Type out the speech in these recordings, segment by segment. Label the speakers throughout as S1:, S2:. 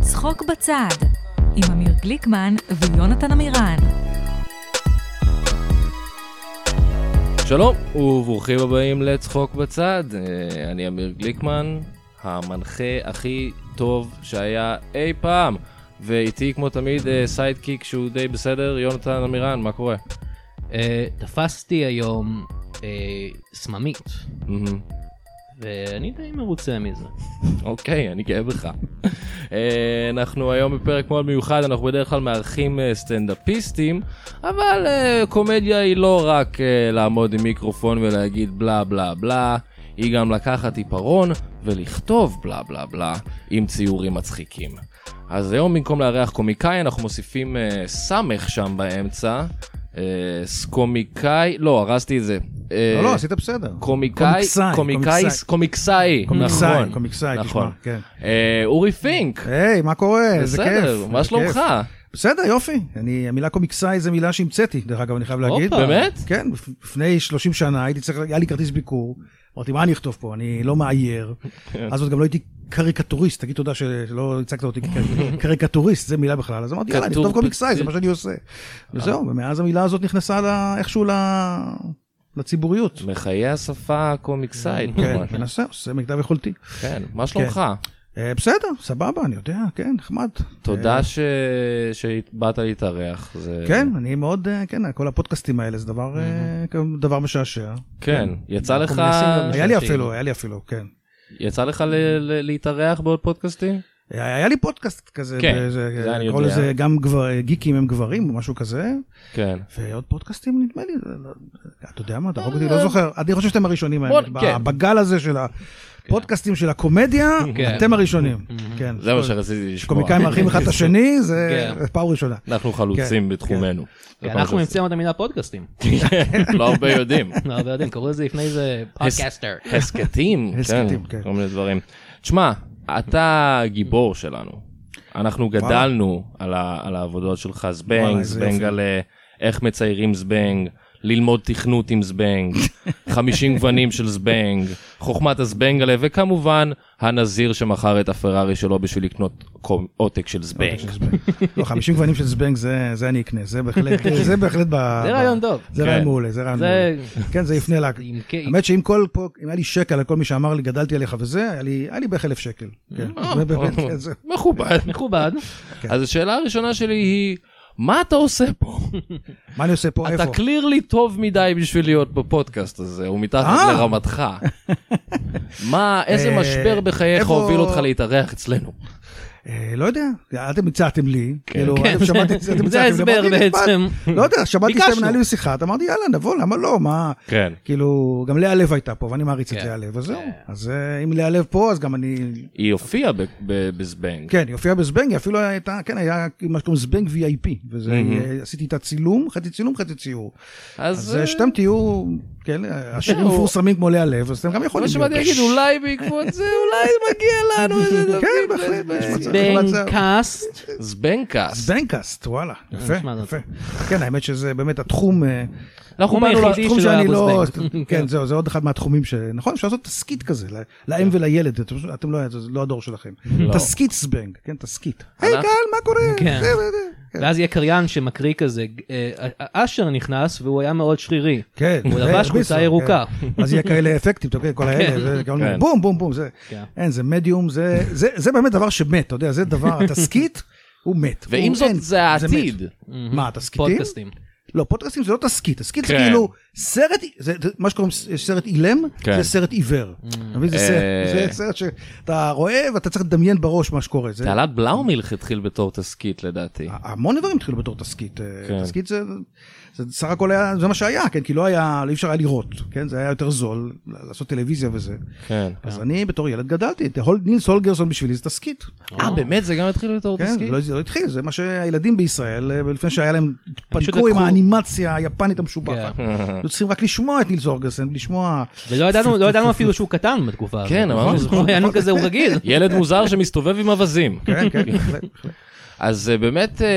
S1: צחוק בצד, עם אמיר גליקמן ויונתן עמירן.
S2: שלום וברוכים הבאים לצחוק בצד, אה, אני אמיר גליקמן, המנחה הכי טוב שהיה אי פעם, ואיתי כמו תמיד אה, סיידקיק שהוא די בסדר, יונתן עמירן, מה קורה?
S3: אה, תפסתי היום אה, סממית,
S2: מהמם.
S3: ואני די מרוצה מזה.
S2: אוקיי, אני גאה בך. אה, אנחנו היום בפרק מאוד מיוחד, אנחנו בדרך כלל מארחים אה, סטנדאפיסטים, אבל אה, קומדיה היא לא רק אה, לעמוד עם מיקרופון ולהגיד בלה בלה בלה, היא גם לקחת עיפרון ולכתוב בלה בלה בלה עם ציורים מצחיקים. אז היום במקום לארח קומיקאי אנחנו מוסיפים אה, סמך שם באמצע, אה, סקומיקאי, לא, הרסתי את זה. אה,
S4: לא, לא, עשית בסדר.
S2: קומיקאי,
S4: קומיקסאי,
S2: קומיקאי, קומיקסאי,
S4: קומיקסאי,
S2: נכון,
S4: קומיקסאי, תשמע,
S2: נכון.
S4: כן.
S2: אה, אורי פינק,
S4: היי, מה קורה? איזה כיף.
S2: בסדר, מה
S4: איזה
S2: שלומך?
S4: כיף. בסדר, יופי. אני, המילה קומיקסאי זו מילה שהמצאתי, דרך אגב, אני חייב להגיד.
S2: הופה. באמת?
S4: כן, בפ- לפני 30 שנה הייתי צריך, היה לי כרטיס ביקור, אמרתי, מה אני אכתוב פה? אני לא מאייר.
S2: כן.
S4: אז עוד גם לא הייתי קריקטוריסט, תגיד תודה של- שלא הצגת אותי כקר- קריקטוריסט, זו מילה בכלל. אז אמרתי, יאללה, אני
S2: קטור-
S4: אכתוב קומיקסאי, זה מה שאני עושה.
S2: אה.
S4: וזהו, ומאז המילה הזאת נכנסה ל- איכשהו ל- לציבוריות.
S2: מחיי השפה הקומיקסאית,
S4: כן,
S2: ממש.
S4: מנסה, עושה מגדל יכולתי.
S2: כן, מה שלומך?
S4: אה, בסדר, סבבה, אני יודע, כן, נחמד.
S2: תודה ש- שבאת להתארח, זה...
S4: כן, אני מאוד, אה, כן, כל הפודקאסטים האלה זה דבר, אה, כ- דבר משעשע.
S2: כן, יצא לך,
S3: קומוניסטים גם
S4: היה לי
S3: משעשעים.
S4: אפילו, היה לי אפילו, כן.
S2: יצא לך ל- ל- להתארח בעוד פודקאסטים?
S4: היה היה לי פודקאסט כזה,
S2: כן,
S4: באיזה-
S2: זה אני
S4: קראו
S2: יודע.
S4: לזה גם גבר- אה, גיקים הם גברים או משהו כזה,
S2: כן.
S4: ועוד פודקאסטים נדמה לי, זה לא- אתה יודע מה, תהרוג אותי, לא זוכר, אני חושב שאתם הראשונים,
S2: אה, בוא-
S4: האמת, ב-
S2: כן.
S4: בגל הזה של הפודקאסטים של הקומדיה,
S3: כן.
S4: אתם הראשונים, כן.
S2: זה מה שרציתי לשמוע.
S4: קומיקאים מארחים אחד את השני, זה
S3: כן.
S4: פעם ראשונה.
S2: אנחנו
S4: כן,
S2: חלוצים בתחומנו. זה פעם
S3: אנחנו
S2: ראשונה.
S3: המצאנו את המילה פודקאסטים.
S2: לא הרבה יודעים.
S3: לא הרבה יודעים, קראו לזה לפני זה פודקאסטר.
S2: הסכתים,
S4: הסכתים,
S2: כן,
S4: כן.
S2: כל מיני דברים. תשמע, אתה גיבור שלנו. אנחנו גדלנו על ה- על העבודות שלך, זבנג,
S4: וואלה, איזה
S2: זבנג
S4: יופי.
S2: על אה, איך מציירים זבנג, ללמוד תכנות עם זבנג, 50 גוונים של זבנג, חוכמת הזבנגלה, וכמובן, הנזיר שמכר את הפרארי שלו בשביל לקנות קום- עותק של
S3: אה,
S2: זבנג.
S4: של זבנג. לא, 50 גוונים של זבנג זה זה אני אקנה, זה בהחלט, זה בהחלט ב...
S3: זה
S4: ב-
S3: רעיון טוב.
S4: זה
S2: כן.
S4: רעיון מעולה, זה רעיון
S3: זה-
S4: מעולה. כן, זה יפנה לה.
S3: עם ק-
S4: האמת שאם כל פה, אם היה לי שקל על כל מי שאמר לי, גדלתי עליך וזה, היה לי- היה לי בערך אלף שקל. כן,
S3: אה,
S4: זה
S3: אוקיי.
S4: באמת, כן, זה-
S2: מכובד.
S3: מכובד.
S2: אז השאלה הראשונה שלי היא, מה אתה עושה פה?
S4: מה אני עושה פה, איפה?
S2: אתה קלירלי טוב מדי בשביל להיות בפודקאסט הזה, הוא מתחת
S4: אה.
S2: לרמתך. מה, איזה
S4: אה,
S2: משבר בחייך
S4: איפה-
S2: הוביל אותך להתארח אצלנו?
S4: אה, לא יודע, אתם הצעתם לי, כאילו,
S3: כן.
S4: אתם שמעתם, אתם הצעתם לי,
S3: זה ההסבר
S4: אמרתי, נחמד.
S3: בעצם.
S4: לא יודע, שמעתי
S3: ביקשנו.
S4: שאתם מנהלים שיחה, אז אמרתי, יאללה, נבוא, למה לא, מה...
S2: כן.
S4: כאילו, גם לאה לב הייתה פה, ואני מעריץ את
S3: כן.
S4: לאה לב, אז זהו. אז אה, אם לאה לב פה, אז גם אני
S2: היא הופיעה ב- ב- בזבנג.
S4: כן, היא הופיעה בזבנג, היא אפילו הייתה, כן, היה מה שקוראים זבנג VIP, וזה, אה,
S2: מהמם.
S4: עשיתי איתה צילום, חצי צילום, חצי ציור. אז
S2: אה,
S4: אה, שאתם תהיו, כן, השירים
S2: זהו.
S4: מפורסמים כמו לאה לב, אז אתם גם יכולים.
S2: כמו שבאתי
S4: להיות.
S2: להגיד, אולי בעקבות זה, אולי מגיע לנו איזה דבר.
S4: כן, בהחלט, יש מצב, יש מצב.
S2: כן,
S3: בנקאסט.
S2: זבנגקאסט.
S4: זבנגקאסט, וואלה, יפה,
S3: אה, נשמע טוב.
S4: יפה. כן, האמת שזה באמת התחום, אה,
S2: אנחנו
S3: הוא
S2: באנו ל...
S3: היחידי.
S4: תחום
S3: שלא היה
S4: שאני
S3: בו
S4: לא...
S3: זבנג.
S4: כן, זהו, זה עוד אחד מהתחומים ש... נכון, אפשר לעשות תסכית כזה, ל- לאם
S2: כן.
S4: ולילד, אתם פשוט- אתם לא זה לא הדור שלכם. תסכית זבנג, כן, תסכית. היי,
S2: אנחנו-
S4: קהל, מה קורה?
S3: כן.
S4: זה, זה, זה.
S3: ואז יהיה קריין שמקריא כזה, אה, אשר נכנס והוא היה מאוד שרירי.
S4: כן.
S3: הוא
S4: זה
S3: לבש
S4: הרביץ
S3: חולצה
S4: לו,
S3: ירוקה.
S4: כן. אז יהיה כאלה אפקטים, אתה יודע, כל האלה, זה גם
S2: כן.
S4: בום, בום, בום, זה.
S3: כן.
S4: אין, זה מדיום, זה- זה זה באמת דבר שמת, אתה יודע, זה דבר, התסכית, הוא מת.
S2: ועם
S4: הוא-
S2: זאת,
S4: אין,
S2: זה
S4: מת.
S2: העתיד.
S4: מה, תסכיתים?
S3: פודקאסטים.
S4: לא, פודקאסטים זה לא תסכית, תסכית זה
S2: כן.
S4: כאילו סרט, זה זה מה שקוראים ס- סרט אילם,
S2: כן.
S4: זה סרט עיוור. אתה מבין? זה סרט-
S2: אה.
S4: זה סרט שאתה רואה ואתה צריך לדמיין בראש מה שקורה. זה-
S2: תעלת בלאומילך התחיל בתור תסכית לדעתי.
S4: המון דברים התחילו בתור תסכית. אה,
S2: כן.
S4: תסכית זה, זה סך הכל היה, זה מה שהיה, כן? כי לא היה, לא אי אפשר היה לראות, כן? זה היה יותר זול לעשות טלוויזיה וזה.
S2: כן.
S4: אז אני בתור ילד גדלתי, את הול- נילס הולגרסון בשבילי זה תסכית.
S2: אה, באמת? זה גם התחיל בתור
S4: כן,
S2: תסכית?
S4: לא, זה לא התחיל, זה מה שהילדים בישראל, אה, לפני שהיה להם, התפנקו עם
S3: לקחו-
S4: האנימציה היפנית המשובחת.
S2: כן.
S4: היו צריכים רק לשמוע את נילס הולגרסון, לשמוע...
S3: ולא ידענו- לא ידענו אפילו שהוא קטן בתקופה הזאת.
S2: כן, אמרנו, זה-
S3: נכון? ידענו כזה, הוא רגיל.
S2: ילד מוזר שמסתובב עם אווזים.
S4: כן, כן, בהחלט, בהחלט.
S2: אז אה, באמת, אה,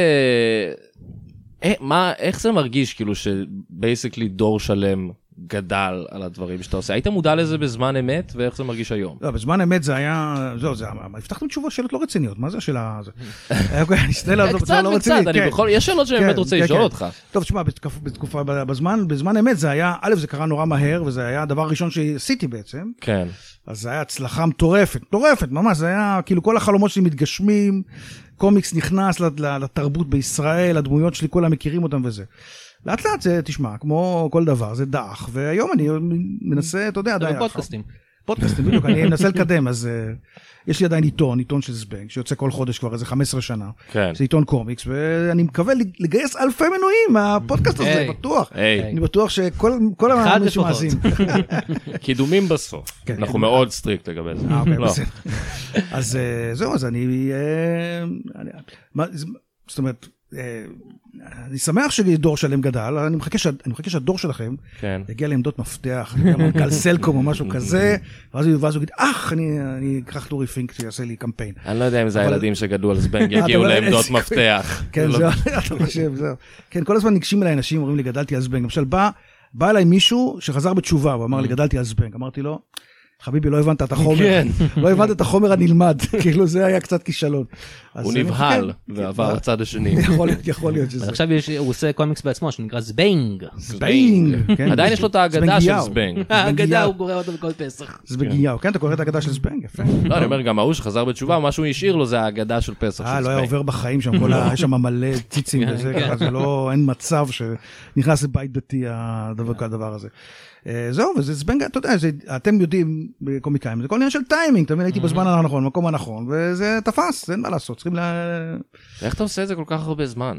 S2: אה, מה, איך זה מרגיש כאילו שבייסקלי דור שלם גדל על הדברים שאתה עושה. היית מודע לזה בזמן אמת, ואיך זה מרגיש היום?
S4: לא, בזמן אמת זה היה, זהו, זה, הבטחתם תשובות שאלות לא רציניות, מה זה השאלה הזאת? היה כל- אני אשתדל לעזוב
S2: אה, קצת
S4: בצורה לא
S2: וקצת,
S4: רצינית,
S2: אני
S4: כן.
S2: בכל... יש שאלות שאני
S4: כן,
S2: באמת רוצה
S4: כן,
S2: לשאול
S4: כן.
S2: אותך.
S4: טוב, תשמע, בתקופ- בתקופה, בזמן, בזמן אמת זה היה, א', זה קרה נורא מהר, וזה היה הדבר הראשון שעשיתי בעצם,
S2: כן.
S4: אז זה היה הצלחה מטורפת, מטורפת, ממש, זה היה, כאילו, כל החלומות שלי מתגשמים, קומיקס נכנס לת- ל- לתרבות בישראל, הדמויות שלי, כולם מכירים אותם וזה. לאט לאט זה, תשמע, כמו כל דבר, זה דעך, והיום אני מנסה, אתה יודע, עדיין...
S3: בפודקאסטים.
S4: פודקאסטים, בדיוק, אני מנסה לקדם, אז אה, יש לי עדיין עיתון, עיתון של זבנג, שיוצא כל חודש כבר איזה 15 שנה.
S2: כן.
S4: זה עיתון קומיקס, ואני מקווה לגייס אלפי מנויים מהפודקאסט הזה,
S3: היי.
S4: בטוח.
S2: היי,
S4: אני בטוח שכל כל
S3: אחד
S4: מי
S3: לפחות.
S4: שמאזין.
S2: קידומים בסוף.
S4: כן,
S2: אנחנו
S4: כן.
S2: מאוד סטריקט לגבי זה.
S4: אה, אוקיי,
S2: לא.
S4: בסדר. אז אה, זהו, אז אני... אה, אני- מה- זה- זאת אומרת, אה, אני שמח שדור שלם גדל, אני מחכה שה- אני מחכה שהדור שלכם
S2: כן.
S4: יגיע לעמדות מפתח, יגיע מנכ"ל סלקום או משהו כזה, ואז הוא ואז הוא יגיד, אך, אני אני אקח את אורי פינק שיעשה לי קמפיין.
S2: אני לא יודע אם זה
S4: אבל-
S2: הילדים שגדלו על זבנג
S4: אתה
S2: יגיעו
S4: לא- אין
S2: לעמדות
S4: סיכוי.
S2: מפתח.
S4: כן,
S2: לא-
S4: זהו, אתה חושב, זהו. כן, כל הזמן ניגשים אליי אנשים, אומרים לי, גדלתי על זבנג. למשל, בא בא אליי מישהו שחזר בתשובה, הוא אמר לי, גדלתי על זבנג. אמרתי לו, חביבי, לא הבנת את החומר.
S2: Mm. כן.
S4: לא הבנת את החומר הנלמד. כאילו, זה היה קצת כישלון. אז
S2: הוא
S4: אני-
S2: נבהל
S4: כן,
S2: ועבר לצד השני.
S4: יכול להיות- יכול להיות
S3: אז
S4: שזה.
S3: עכשיו יש- הוא עושה קומיקס בעצמו שנקרא זביינג.
S4: זבנג. כן.
S2: עדיין יש לו את ההגדה של
S4: זבנגיהו.
S2: זבנג.
S3: האגדה אה, הוא גורע אותו בכל פסח.
S4: זבנגיהו. כן, אתה קורא את ההגדה של זבנג, יפה.
S2: לא, אני אומר, גם ההוא שחזר בתשובה, מה שהוא השאיר לו זה ההגדה של פסח
S4: אה,
S2: של
S4: לא היה
S2: זבנג.
S4: עובר בחיים שם, כל ה... יש שם מלא ציצים וזה, ככה זה לא, אין מצב שנכנס לבית דתי הדבר, כל הדבר הזה. אה, זהו, וזה זבנג, אתה יודע, זה, אתם יודעים, קומיקאים, זה כל עניין של טיימינג, תמיד הייתי בזמן הנכון, במקום הנכון, וזה תפס, אין מה לעשות, צריכים ל...
S2: איך אתה עושה את זה כל כך הרבה זמן?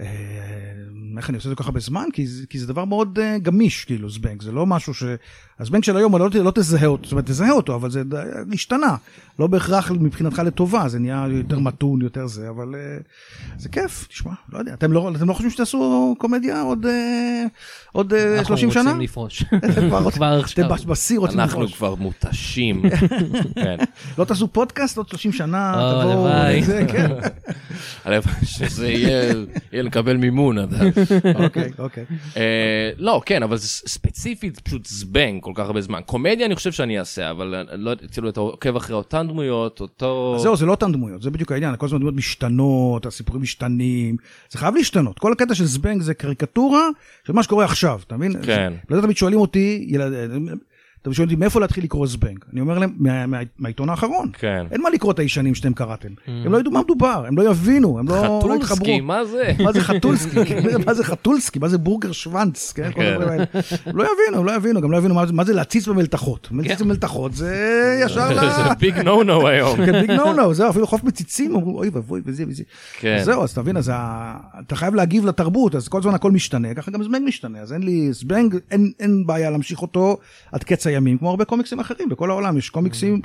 S4: אה, איך אני עושה את זה כל כך הרבה זמן? כי זה- כי זה דבר מאוד אה, גמיש, כאילו, זבנג, זה לא משהו ש... הזבנג של היום, לא ת- לא תזהה אותו, זאת אומרת, תזהה אותו, אבל זה ד- השתנה. לא בהכרח מבחינתך לטובה, זה נהיה יותר מתון, יותר זה, אבל אה, זה כיף, תשמע, לא יודע. אתם לא אתם לא חושבים שתעשו קומדיה עוד, אה, עוד אה, 30 שנה?
S3: אנחנו רוצים לפרוש.
S4: אתם כבר-
S3: כבר
S4: אתם
S3: עכשיו.
S4: בש- בשיא רוצים
S2: אנחנו
S4: לפרוש.
S2: כבר מותשים. כן.
S4: לא תעשו פודקאסט עוד 30 שנה,
S3: או,
S4: תבואו,
S3: אה, הלוואי.
S4: זה, כן.
S2: הלוואי שזה יהיה, יהיה לקבל מימון עד אז.
S4: אוקיי, אוקיי.
S2: אה, לא, כן, אבל זה ס- ספציפית פשוט זבנג כל כך הרבה זמן. קומדיה אני חושב שאני אעשה, אבל אני לא יודע, כאילו אתה עוקב אחרי אותן דמויות, אותו...
S4: אז זהו, זה לא אותן דמויות, זה בדיוק העניין, כל הזמן דמויות משתנות, הסיפורים משתנים, זה חייב להשתנות. כל הקטע של זבנג זה קריקטורה של מה שקורה עכשיו, אתה מבין?
S2: כן.
S4: בגלל זה תמיד שואלים אותי, ילד, אתם שואלים אותי מאיפה להתחיל לקרוא זבנג? אני אומר להם, "מה- מה- מהעיתון האחרון.
S2: כן. Mm.
S4: אין מה לקרוא את הישנים שאתם קראתם. הם לא ידעו מה מדובר, הם לא יבינו, הם לא לא
S2: חתולסקי,
S4: יתחברו.
S2: מה זה?
S4: מה זה חתולסקי? כן, מה זה חתולסקי? מה זה בורגר שוונץ? כן, כל
S2: כן.
S4: הדברים האלה. הם לא יבינו, הם לא יבינו, גם לא יבינו מה זה- מה זה להציץ במלתחות. להציץ במלתחות זה ישר ל...
S2: כן. זה לא ביג נו נו היום.
S4: כן, ביג נו נו, זהו, אפילו חוף מציצים, אומרים, אוי ואבוי, וזה וזה.
S2: כן.
S4: אז זהו, אז תבין, אז ה- אתה חייב להגיב לתרבות, אז כל הזמן הכל משתנה, ככה גם זבנג משתנה, אז אין לי, זבנג, אין- אין בעיה להמשיך אותו עד קץ הימים, כמו הרבה קומיקסים אחרים, בכל העולם יש קומיקסים,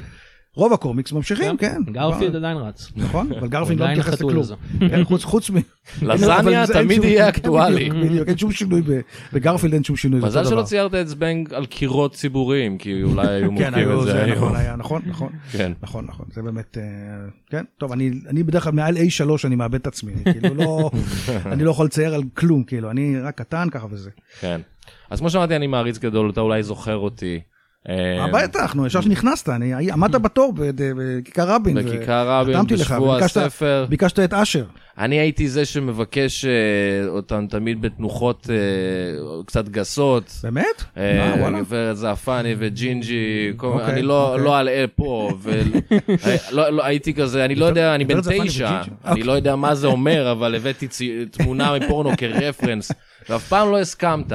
S4: רוב הקומיקס ממשיכים, כן.
S3: גרפילד עדיין רץ.
S4: נכון, אבל גרפילד לא
S3: עדיין
S4: מתייחס
S3: החתול
S4: לכלום.
S3: הזה.
S4: כן, חוץ- חוץ מ...
S2: לזניה
S4: אבל זה- אין
S2: תמיד
S4: שום-
S2: יהיה אקטואלי.
S4: בדיוק, בדיוק, אין שום שינוי, ב- בגרפילד אין שום שינוי. זה
S2: מזל
S4: אותו
S2: שלא
S4: דבר.
S2: ציירת את זבנג על קירות ציבוריים, כי אולי היו
S4: כן,
S2: מוחקים
S4: היו,
S2: את זה
S4: זה נכון,
S2: היום.
S4: היה, נכון, נכון.
S2: כן.
S4: נכון, נכון, זה באמת, אה, כן, טוב, אני, אני בדרך כלל מעל A3 אני מאבד את עצמי, אני כאילו לא, אני לא יכול לצייר על כלום, כאילו, אני רק קטן ככה וזה.
S2: כן. אז כמו שאמרתי, אני מעריץ גדול, אתה אולי זוכר אותי.
S4: מה
S2: אה,
S4: בטח, נו, ישר שנכנסת, אני, אה, עמדת בתור בד- בכיכר רבין. ו-
S2: בכיכר רבין,
S4: חתמתי לך,
S2: בשבוע
S4: וביקשת-
S2: הספר.
S4: ביקשת את אשר.
S2: אני הייתי זה שמבקש אה, אותן תמיד בתנוחות אה, קצת גסות.
S4: באמת?
S2: אה,
S4: אה, וואלה.
S2: גברת זעפני וג'ינג'י, כל-
S4: אוקיי,
S2: אני לא
S4: אוקיי.
S2: לא אלאה פה, והייתי כזה, אני לא יודע, אני בן
S4: גברת זעפני
S2: תשע,
S4: וג'ינג'י,
S2: אני לא יודע מה זה אומר, אבל הבאתי צי- תמונה מפורנו כרפרנס, ואף פעם לא הסכמת.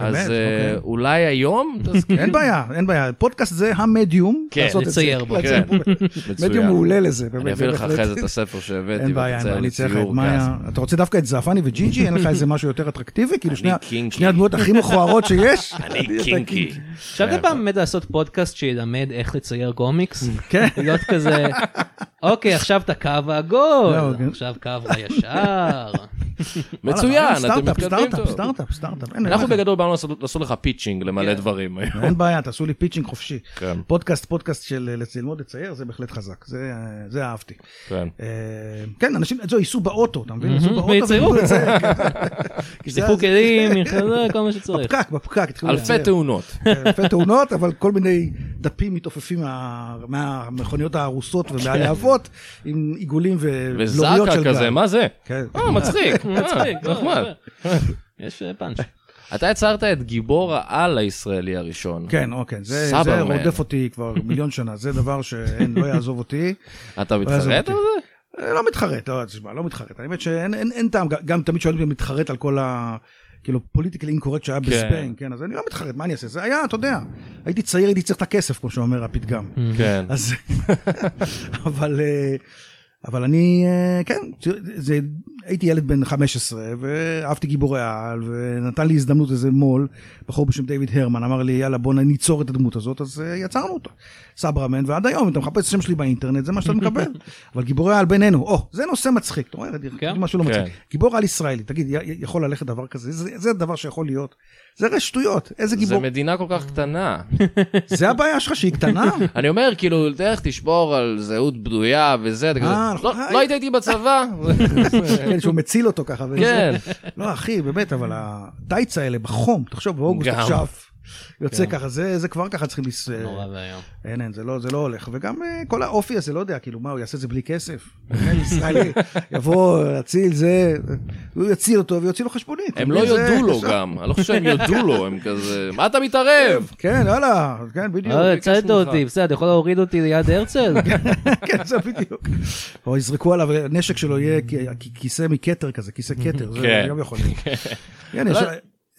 S2: אז
S4: באמת?
S2: אה,
S4: אוקיי. כן,
S2: אולי היום תסכים?
S4: אין בעיה, אין בעיה, פודקאסט זה המדיום.
S2: כן,
S4: לעשות את זה.
S3: לצייר בו,
S4: לצייר
S2: כן.
S4: בו. מדיום
S2: מצוין.
S4: מעולה לזה, באמת.
S2: אני אביא
S4: זה
S2: לך
S4: בהחלט-
S2: אחרי זה את הספר שהבאתי,
S4: אין בעיה, אין
S2: ותצייר
S4: בעיה,
S2: לי
S4: אני צריך
S2: ציור
S4: מה
S2: גס.
S4: היה... אתה רוצה דווקא את זעפני וג'ינג'י? אין לך איזה משהו יותר אטרקטיבי? כאילו שני ה-
S2: קינקי.
S4: שני הדמויות הכי מכוערות שיש?
S2: אני קינקי.
S3: עכשיו כל פעם באמת לעשות פודקאסט שילמד איך לצייר קומיקס.
S4: כן.
S3: להיות כזה, אוקיי, עכשיו את הקו העגול,
S4: לא, כן.
S3: עכשיו קו הישר.
S2: מצוין, אתם
S4: סטארט-אפ,
S2: מתקדמים
S4: סטארט-אפ,
S2: טוב.
S4: סטארט-אפ, סטארט-אפ. אין-
S2: אנחנו
S4: אין-
S2: בגדול באנו לעשות לעשות לך פיצ'ינג למלא
S3: כן.
S2: דברים היום.
S4: אין בעיה, תעשו לי פיצ'ינג חופשי.
S2: כן.
S4: פודקאסט, פודקאסט של לצ- ללמוד לצייר, זה בהחלט חזק, זה, אה, זה אהבתי.
S2: כן.
S4: אה, כן, אנשים, זהו, ייסעו באוטו, אתה מבין? ייסעו
S3: Mhm,
S4: באוטו
S3: ויציירו.
S4: וילכו לצייר. כן. זה-
S3: ישטפו כלים, יחזק, כל מה שצריך.
S4: בפקק, בפקק, התחילו
S2: אלפי תאונות.
S4: כן, אלפי תאונות, אבל כל מיני דפים מתעופפים מה- מהמכוניות ההרוסות ומהלהבות, עם עיגולים ובלוריות
S2: כן. וזקה
S4: של
S2: כזה,
S4: גל. לא,
S2: מה זה?
S4: כן.
S2: אה, מצחיק,
S3: מצחיק, לא,
S2: אה, נחמד.
S3: יש אה, פאנץ'.
S2: אתה יצרת את גיבור העל הישראלי הראשון.
S4: כן, אוקיי, זה, זה
S2: סאברמן.
S4: רודף אותי כבר מיליון שנה, זה דבר שלא יעזוב אותי.
S2: אתה
S4: יעזוב
S2: מתחרט
S4: אותי.
S2: על זה?
S4: אה, לא מתחרט, לא, תשמע, לא מתחרט. האמת שאין אין, אין טעם, גם- גם תמיד שואלים אם מתחרט על כל ה... כאילו פוליטיקלי אינקורקט שהיה בספיין, כן, אז אני לא מתחרט, מה אני אעשה? זה היה, אתה יודע, הייתי צעיר, הייתי צריך את הכסף, כמו שאומר הפתגם.
S2: כן.
S4: אז... אבל... אה, אבל אני, אה, כן, זה, הייתי ילד בן 15 ואהבתי גיבורי על ונתן לי הזדמנות איזה מו"ל, בחור בשם דיוויד הרמן, אמר לי יאללה בוא ניצור את הדמות הזאת, אז אה, יצרנו אותה. סברמן, ועד היום אם אתה מחפש את השם שלי באינטרנט זה מה שאתה מקבל. אבל גיבורי על בינינו, או, זה נושא מצחיק, אתה רואה,
S3: כן?
S4: משהו לא
S2: כן.
S4: מצחיק. גיבור על ישראלי, תגיד, י- י- יכול ללכת דבר כזה? זה, זה דבר שיכול להיות. זה הרי שטויות, איזה
S2: זה
S4: גיבור,
S2: מדינה כל כך קטנה.
S4: זה הבעיה שלך שהיא קטנה?
S2: אני אומר, כאילו, תלך תשבור על זהות בדויה וזה, אתה כזה,
S4: אה,
S2: "לא-
S4: נכון.
S2: לא היית איתי בצבא?
S4: כן, שהוא מציל אותו ככה. וזה.
S2: כן.
S4: לא, אחי, באמת, אבל הטייץ האלה בחום, תחשוב, באוגוסט
S2: גם. כן.
S4: עכשיו, יוצא ככה, זה זה כבר ככה צריכים לס...
S3: נורא ואיום.
S4: אין, אין, זה לא זה לא הולך. וגם אה, כל האופי הזה, לא יודע, כאילו, מה, הוא יעשה את זה בלי כסף? כן, ישראלי, יבוא, יציל זה, הוא יציל אותו ויוציא לו חשבונית.
S2: הם לא
S4: זה-
S2: יודו לו
S4: זה-
S2: גם, אני לא חושב שהם יודו לו, הם כזה, מה אתה מתערב?
S4: כן, יאללה, כן, בדיוק.
S3: אה,
S2: ביקשנו
S3: הצלת
S2: ממך.
S3: אותי, בסדר, אתה יכול להוריד אותי ליד הרצל?
S4: כן, זה בדיוק. או יזרקו עליו, הנשק שלו יהיה כ- כ- כיסא מכתר כזה, כיסא כתר, זה
S2: כן.
S4: גם יכול להיות. כן, יש-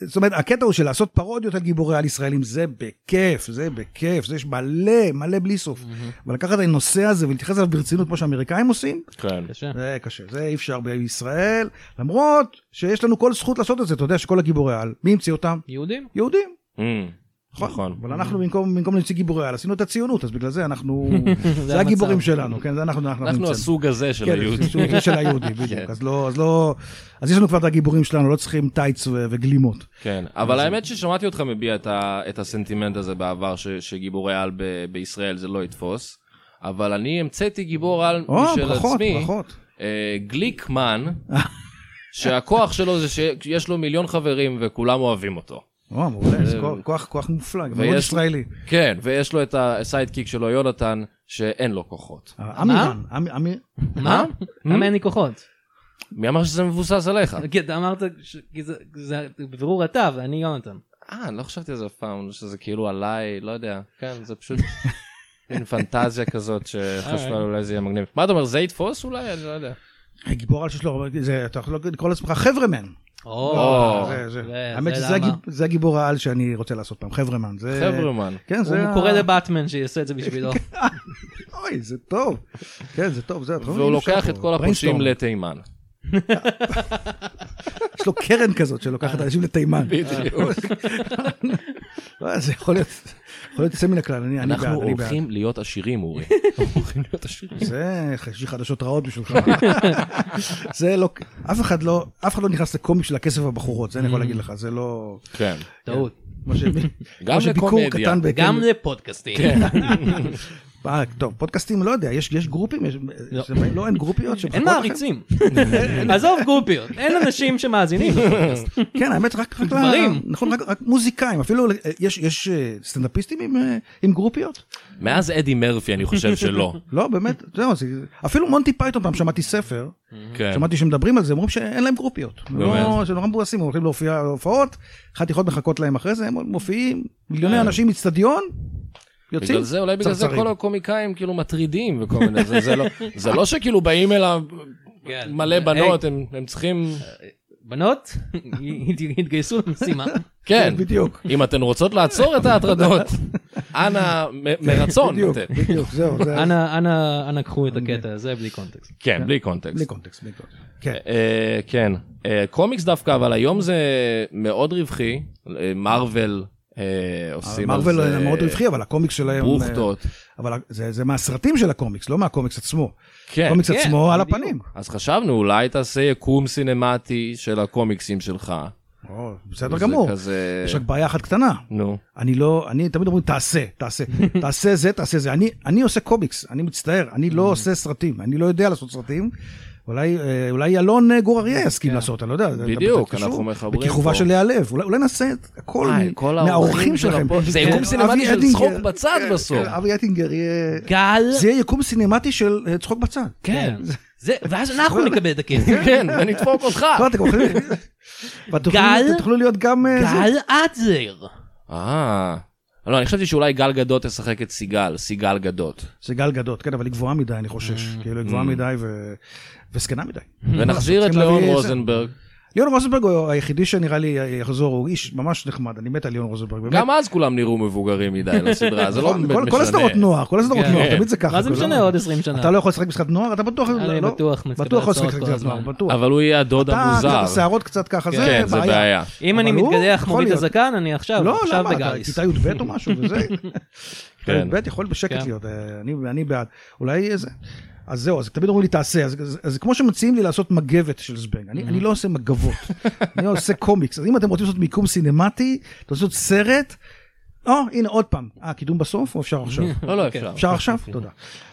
S4: זאת אומרת, הקטע הוא של לעשות פרודיות על גיבורי על ישראלים, זה בכיף, זה בכיף, זה יש מלא, מלא בלי סוף. אבל לקחת את הנושא הזה ולהתייחס אליו ברצינות, כמו שהאמריקאים עושים,
S2: כן.
S3: בבקשה.
S4: זה קשה, זה אי אפשר בישראל, למרות שיש לנו כל זכות לעשות את זה, אתה יודע שכל הגיבורי על, מי המציא אותם?
S3: יהודים?
S4: יהודים.
S2: אמ,
S4: נכון.
S2: נכון.
S4: אבל אנחנו במקום במקום להוציא גיבורי על עשינו את הציונות אז בגלל זה אנחנו זה
S3: המצב.
S4: הגיבורים שלנו כן זה אנחנו אנחנו
S2: אנחנו
S4: המצאנו.
S2: הסוג הזה של
S4: כן,
S2: היהודים. כן.
S4: שהוא- שהוא של היהודי, בדיוק. אז לא, אז לא, אז יש לנו כבר את הגיבורים שלנו, לא צריכים טייץ ו- וגלימות.
S2: כן, אבל האמת ששמעתי אותך מביע את, ה, את הסנטימנט הזה בעבר, ש, שגיבורי על ב, בישראל זה לא יתפוס, אבל אני המצאתי גיבור על
S4: או,
S2: משל
S4: ברכות,
S2: עצמי,
S4: ברכות.
S2: אה, גליקמן, שהכוח שלו זה שיש לו מיליון חברים וכולם אוהבים אותו.
S4: או, מעולה, זה כוח- כוח, כוח מופלא, גם מאוד
S2: ויש-
S4: ישראלי.
S2: כן, ויש לו את הסיידקיק שלו, יונתן, שאין לו כוחות.
S4: אמירן, אמי- אמי-
S3: מה?
S2: Hmm?
S3: למה אין לי כוחות?
S2: מי אמר שזה מבוסס עליך?
S3: כי אתה אמרת, ש- כי זה- זה בבירור אתה ואני יונתן.
S2: אה, אני לא חשבתי על זה אף פעם, שזה כאילו עליי, לא יודע. כן, זה פשוט אה, מין פנטזיה כזאת שחשבה אולי זה יהיה מגניב. מה אתה אומר, זה יתפוס אולי? אני לא יודע.
S4: גיבור על שיש לו, זה- אתה יכול לקרוא לעצמך חברמן. לא,
S2: או,
S4: זה- זה-
S3: זה-
S4: האמת
S3: זה למה.
S4: שזה הגיב- זה הגיבור העל שאני רוצה לעשות פעם, חברמן. זה-
S2: חברמן.
S4: כן, זה... ה- כן.
S3: הוא קורא לבטמן שיעשה את זה בשבילו.
S4: אוי, זה טוב. כן, זה טוב, זה...
S2: והוא לוקח את כל הפושעים
S4: בריינסטורם.
S2: לתימן.
S4: יש לו קרן כזאת שלוקחת אנשים לתימן.
S2: בדיוק.
S4: לא, זה יכול להיות, יכול להיות יוצא מן הכלל, אני אני בעד,
S2: אנחנו
S4: אני בעד.
S2: הולכים להיות עשירים, אורי. אנחנו הולכים להיות עשירים.
S4: זה יש לי חדשות רעות בשבילך. זה לא, אף אחד לא, אף אחד לא נכנס לקומי של הכסף בבחורות, זה אני יכול להגיד לך, זה לא...
S2: כן.
S3: טעות.
S4: כמו ש-
S2: גם
S4: כמו שביקור
S2: לקומדיה.
S4: קטן בהיקף-
S3: גם לפודקאסטים.
S4: כן. אה, טוב, פודקאסטים, לא יודע, יש יש גרופים? יש- זה- לא, אין גרופיות?
S3: אין
S4: שמחכות
S3: מעריצים. עזוב גרופיות, אין אנשים שמאזינים. לפודקאסט.
S4: לכם? כן, האמת, רק... רק ל-
S3: גברים.
S4: נכון, רק- רק מוזיקאים, אפילו אה, יש- יש אה, סטנדאפיסטים עם, אה, עם גרופיות?
S2: מאז אדי מרפי אני חושב שלא.
S4: לא, באמת, זהו, זה- אפילו מונטי פייתון פעם שמעתי ספר.
S2: כן.
S4: שמעתי שמדברים על זה, אומרים שאין להם גרופיות. הם לא,
S2: באמת?
S4: שנורא מבואסים, הם הולכים להופיע להופעות, חתיכות מחכות להם אחרי זה, הם מופיעים, מיליוני אנשים מצטדיון, יוצאים.
S2: כן. בגלל זה, אולי בגלל זה
S4: צרצרים.
S2: כל הקומיקאים כאילו מטרידים וכל מיני, זה- זה לא- זה לא שכאילו באים אליו
S3: כן.
S2: מלא
S3: היי,
S2: בנות, הם הם צריכים...
S3: בנות, הת- התגייסו למשימה.
S2: כן.
S4: בדיוק.
S2: אם אתן רוצות לעצור את ההטרדות, אנא מ- מרצון.
S4: כן, בדיוק,
S2: אתן.
S4: בדיוק, זהו, זה...
S3: אנא, אנא, אנא קחו את הקטע הזה בלי קונטקסט.
S2: כן, בלי קונטקסט.
S4: בלי קונטקסט, בלי קונטקסט. כן.
S2: אה, כן, אה, קומיקס דווקא, אבל היום זה מאוד רווחי, אה, מארוול אה, עושים על זה
S4: מרוויל מאוד אה, רווחי, אבל הקומיקס שלהם...
S2: ברוכטות.
S4: אה, אבל זה, זה מהסרטים של הקומיקס, לא מהקומיקס עצמו.
S2: כן.
S4: הקומיקס
S3: כן,
S4: עצמו על
S3: בדיוק.
S4: הפנים.
S2: אז חשבנו, אולי תעשה יקום סינמטי של הקומיקסים שלך.
S4: או, בסדר
S2: זה
S4: לא גמור.
S2: כזה...
S4: יש רק בעיה אחת קטנה.
S2: נו.
S4: אני לא, אני תמיד אומרים תעשה, תעשה, תעשה זה, תעשה זה. אני, אני עושה קומיקס, אני מצטער, אני
S2: Mm.
S4: לא עושה סרטים, אני לא יודע לעשות סרטים. אולי, אה, אולי אלון אה, גור אריה יסכים לעשות, אני לא יודע. זה
S2: כן. בדיוק,
S4: קצת קשור.
S2: אנחנו מחברים
S4: בכיכובה
S2: פה.
S4: של לאה לב, אולי, אולי נעשה את הכל
S2: אה,
S4: מ-
S2: כל
S4: מהאורחים
S2: האורחים של
S4: שלכם.
S2: הפוד- זה
S4: כן,
S2: יקום
S4: אבי
S2: סינמטי של
S4: אטינגר.
S2: צחוק בצד
S4: כן,
S2: בסוף.
S4: כן, אבי אטינגר יהיה...
S3: גל,
S4: זה יהיה יקום סינמטי של אה, צחוק בצד.
S3: כן, זה, ואז אנחנו נקבל את הכסף.
S2: כן, ונדפוק אותך.
S4: לא, אתם יכולים- ואתם
S3: גל?
S4: יכולים- תוכלו להיות גם... אה, זה.
S3: גל אדזר.
S2: אה. לא, אני חשבתי שאולי גל גדות תשחק את סיגל, סיגל גדות.
S4: זה גל גדות, כן, אבל היא גבוהה מדי, אני חושש. כאילו, היא גבוהה מדי ו- וזקנה מדי.
S2: Mm. ונחזיר את
S4: צריכים
S2: ליאון
S4: להביא-
S2: רוזנברג.
S4: ליאון רוזנברג הוא היחידי שנראה לי יחזור, הוא איש ממש נחמד, אני מת על ליאון רוזנברג. באמת.
S2: גם אז כולם נראו מבוגרים מדי לסדרה, זה לא
S4: כל-
S2: באמת
S4: כל-
S2: משנה.
S4: כל הסדרות נוער, כל הסדרות
S3: כן.
S4: נוער, תמיד זה ככה.
S3: מה זה
S4: כולם.
S3: משנה עוד 20 שנה?
S4: אתה לא יכול לשחק משחק נוער, אתה בטוח,
S3: אני
S4: לא-
S3: בטוח מתקבל
S4: בטוח יכול לשחק
S3: הצעות כל
S4: משחק
S3: הזמן.
S4: נוער, בטוח.
S2: אבל הוא יהיה הדוד
S4: אתה,
S2: המוזר.
S4: השערות קצת ככה, זה
S2: כן, זה
S4: בעיה.
S2: בעיה.
S3: אם אני
S4: אבל הוא-
S3: מתגלח
S4: יכול
S3: מוריד את
S4: להיות.
S3: הזקן, אני עכשיו,
S4: לא,
S3: עכשיו
S4: למה, אתה
S3: בגאליס.
S4: כיתה י"ב או משהו, וזה, כיתה
S2: כן.
S4: י"ב יכול בשקט
S3: כן.
S4: להיות, אה, אני- אני בעד. אולי זה. אז זהו, אז תמיד אומרים לי תעשה, אז- אז אז כמו שמציעים לי לעשות מגבת של זבנג, אני
S3: Mm-hmm.
S4: אני לא עושה מגבות, אני עושה קומיקס, אז אם אתם רוצים לעשות מיקום סינמטי, אתם רוצים לעשות סרט, או הנה עוד פעם, אה, קידום בסוף או אפשר עכשיו?
S2: לא, לא,
S3: כן.
S2: אפשר.
S4: אפשר עכשיו? תודה.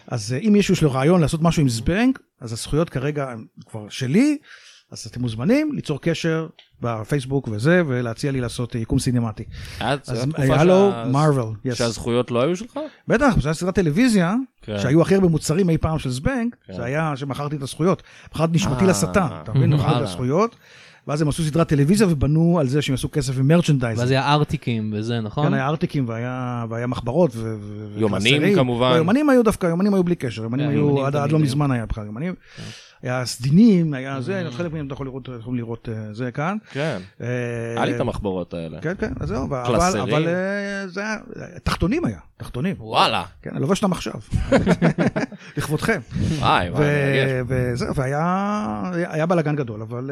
S4: אז אה, אם מישהו יש לו רעיון לעשות משהו עם זבנג, אז הזכויות כרגע הן כבר שלי, אז אתם מוזמנים ליצור קשר בפייסבוק וזה, ולהציע לי לעשות אה, יקום סינמטי.
S2: עד-
S4: אז
S2: התקופה
S4: אה, הלו,
S2: שה-
S4: מרוויל, יס.
S2: שהזכויות לא היו שלך?
S4: בטח, זו הייתה סדרת טלוויזיה,
S2: כן.
S4: שהיו הכי הרבה מוצרים אי פעם של זבנג,
S2: כן.
S4: זה היה שמכרתי את הזכויות. מכרתי נשמתי
S2: אה.
S4: לשטן, אתה מבין? מכרתי את
S2: וואלה.
S4: הזכויות, ואז הם עשו סדרת טלוויזיה ובנו על זה שהם עשו כסף עם מרצ'נדייז.
S3: ואז היה ארטיקים וזה, נכון?
S4: כן, היה ארטיקים והיה, והיה מחברות. ו- ו-
S2: יומנים,
S4: וקלסרים.
S2: כמובן.
S4: לא, יומנים היו דווקא, יומנים היו בלי קשר, יומנים
S3: כן,
S4: היו,
S3: יומנים
S4: עד, עד
S3: תמיד
S4: לא
S3: היו. כן.
S4: מזמן היה בכלל יומנים. היה סדינים, היה
S3: אה.
S4: זה, חלק מהם אתה יכול לראות, יכולים לראות אה, זה כאן. אה,
S2: כן. היה לי את המחברות האלה.
S4: כן, כן, אז זהו, אבל,
S2: קלסרים.
S4: אבל אה, זה היה, תחתונים היה, תחתונים.
S2: וואלה.
S4: כן, אני לובש אותם עכשיו, לכבודכם.
S2: וואי,
S4: ו-
S2: וואי, מרגש.
S4: וזהו, והיה היה בלאגן גדול, אבל...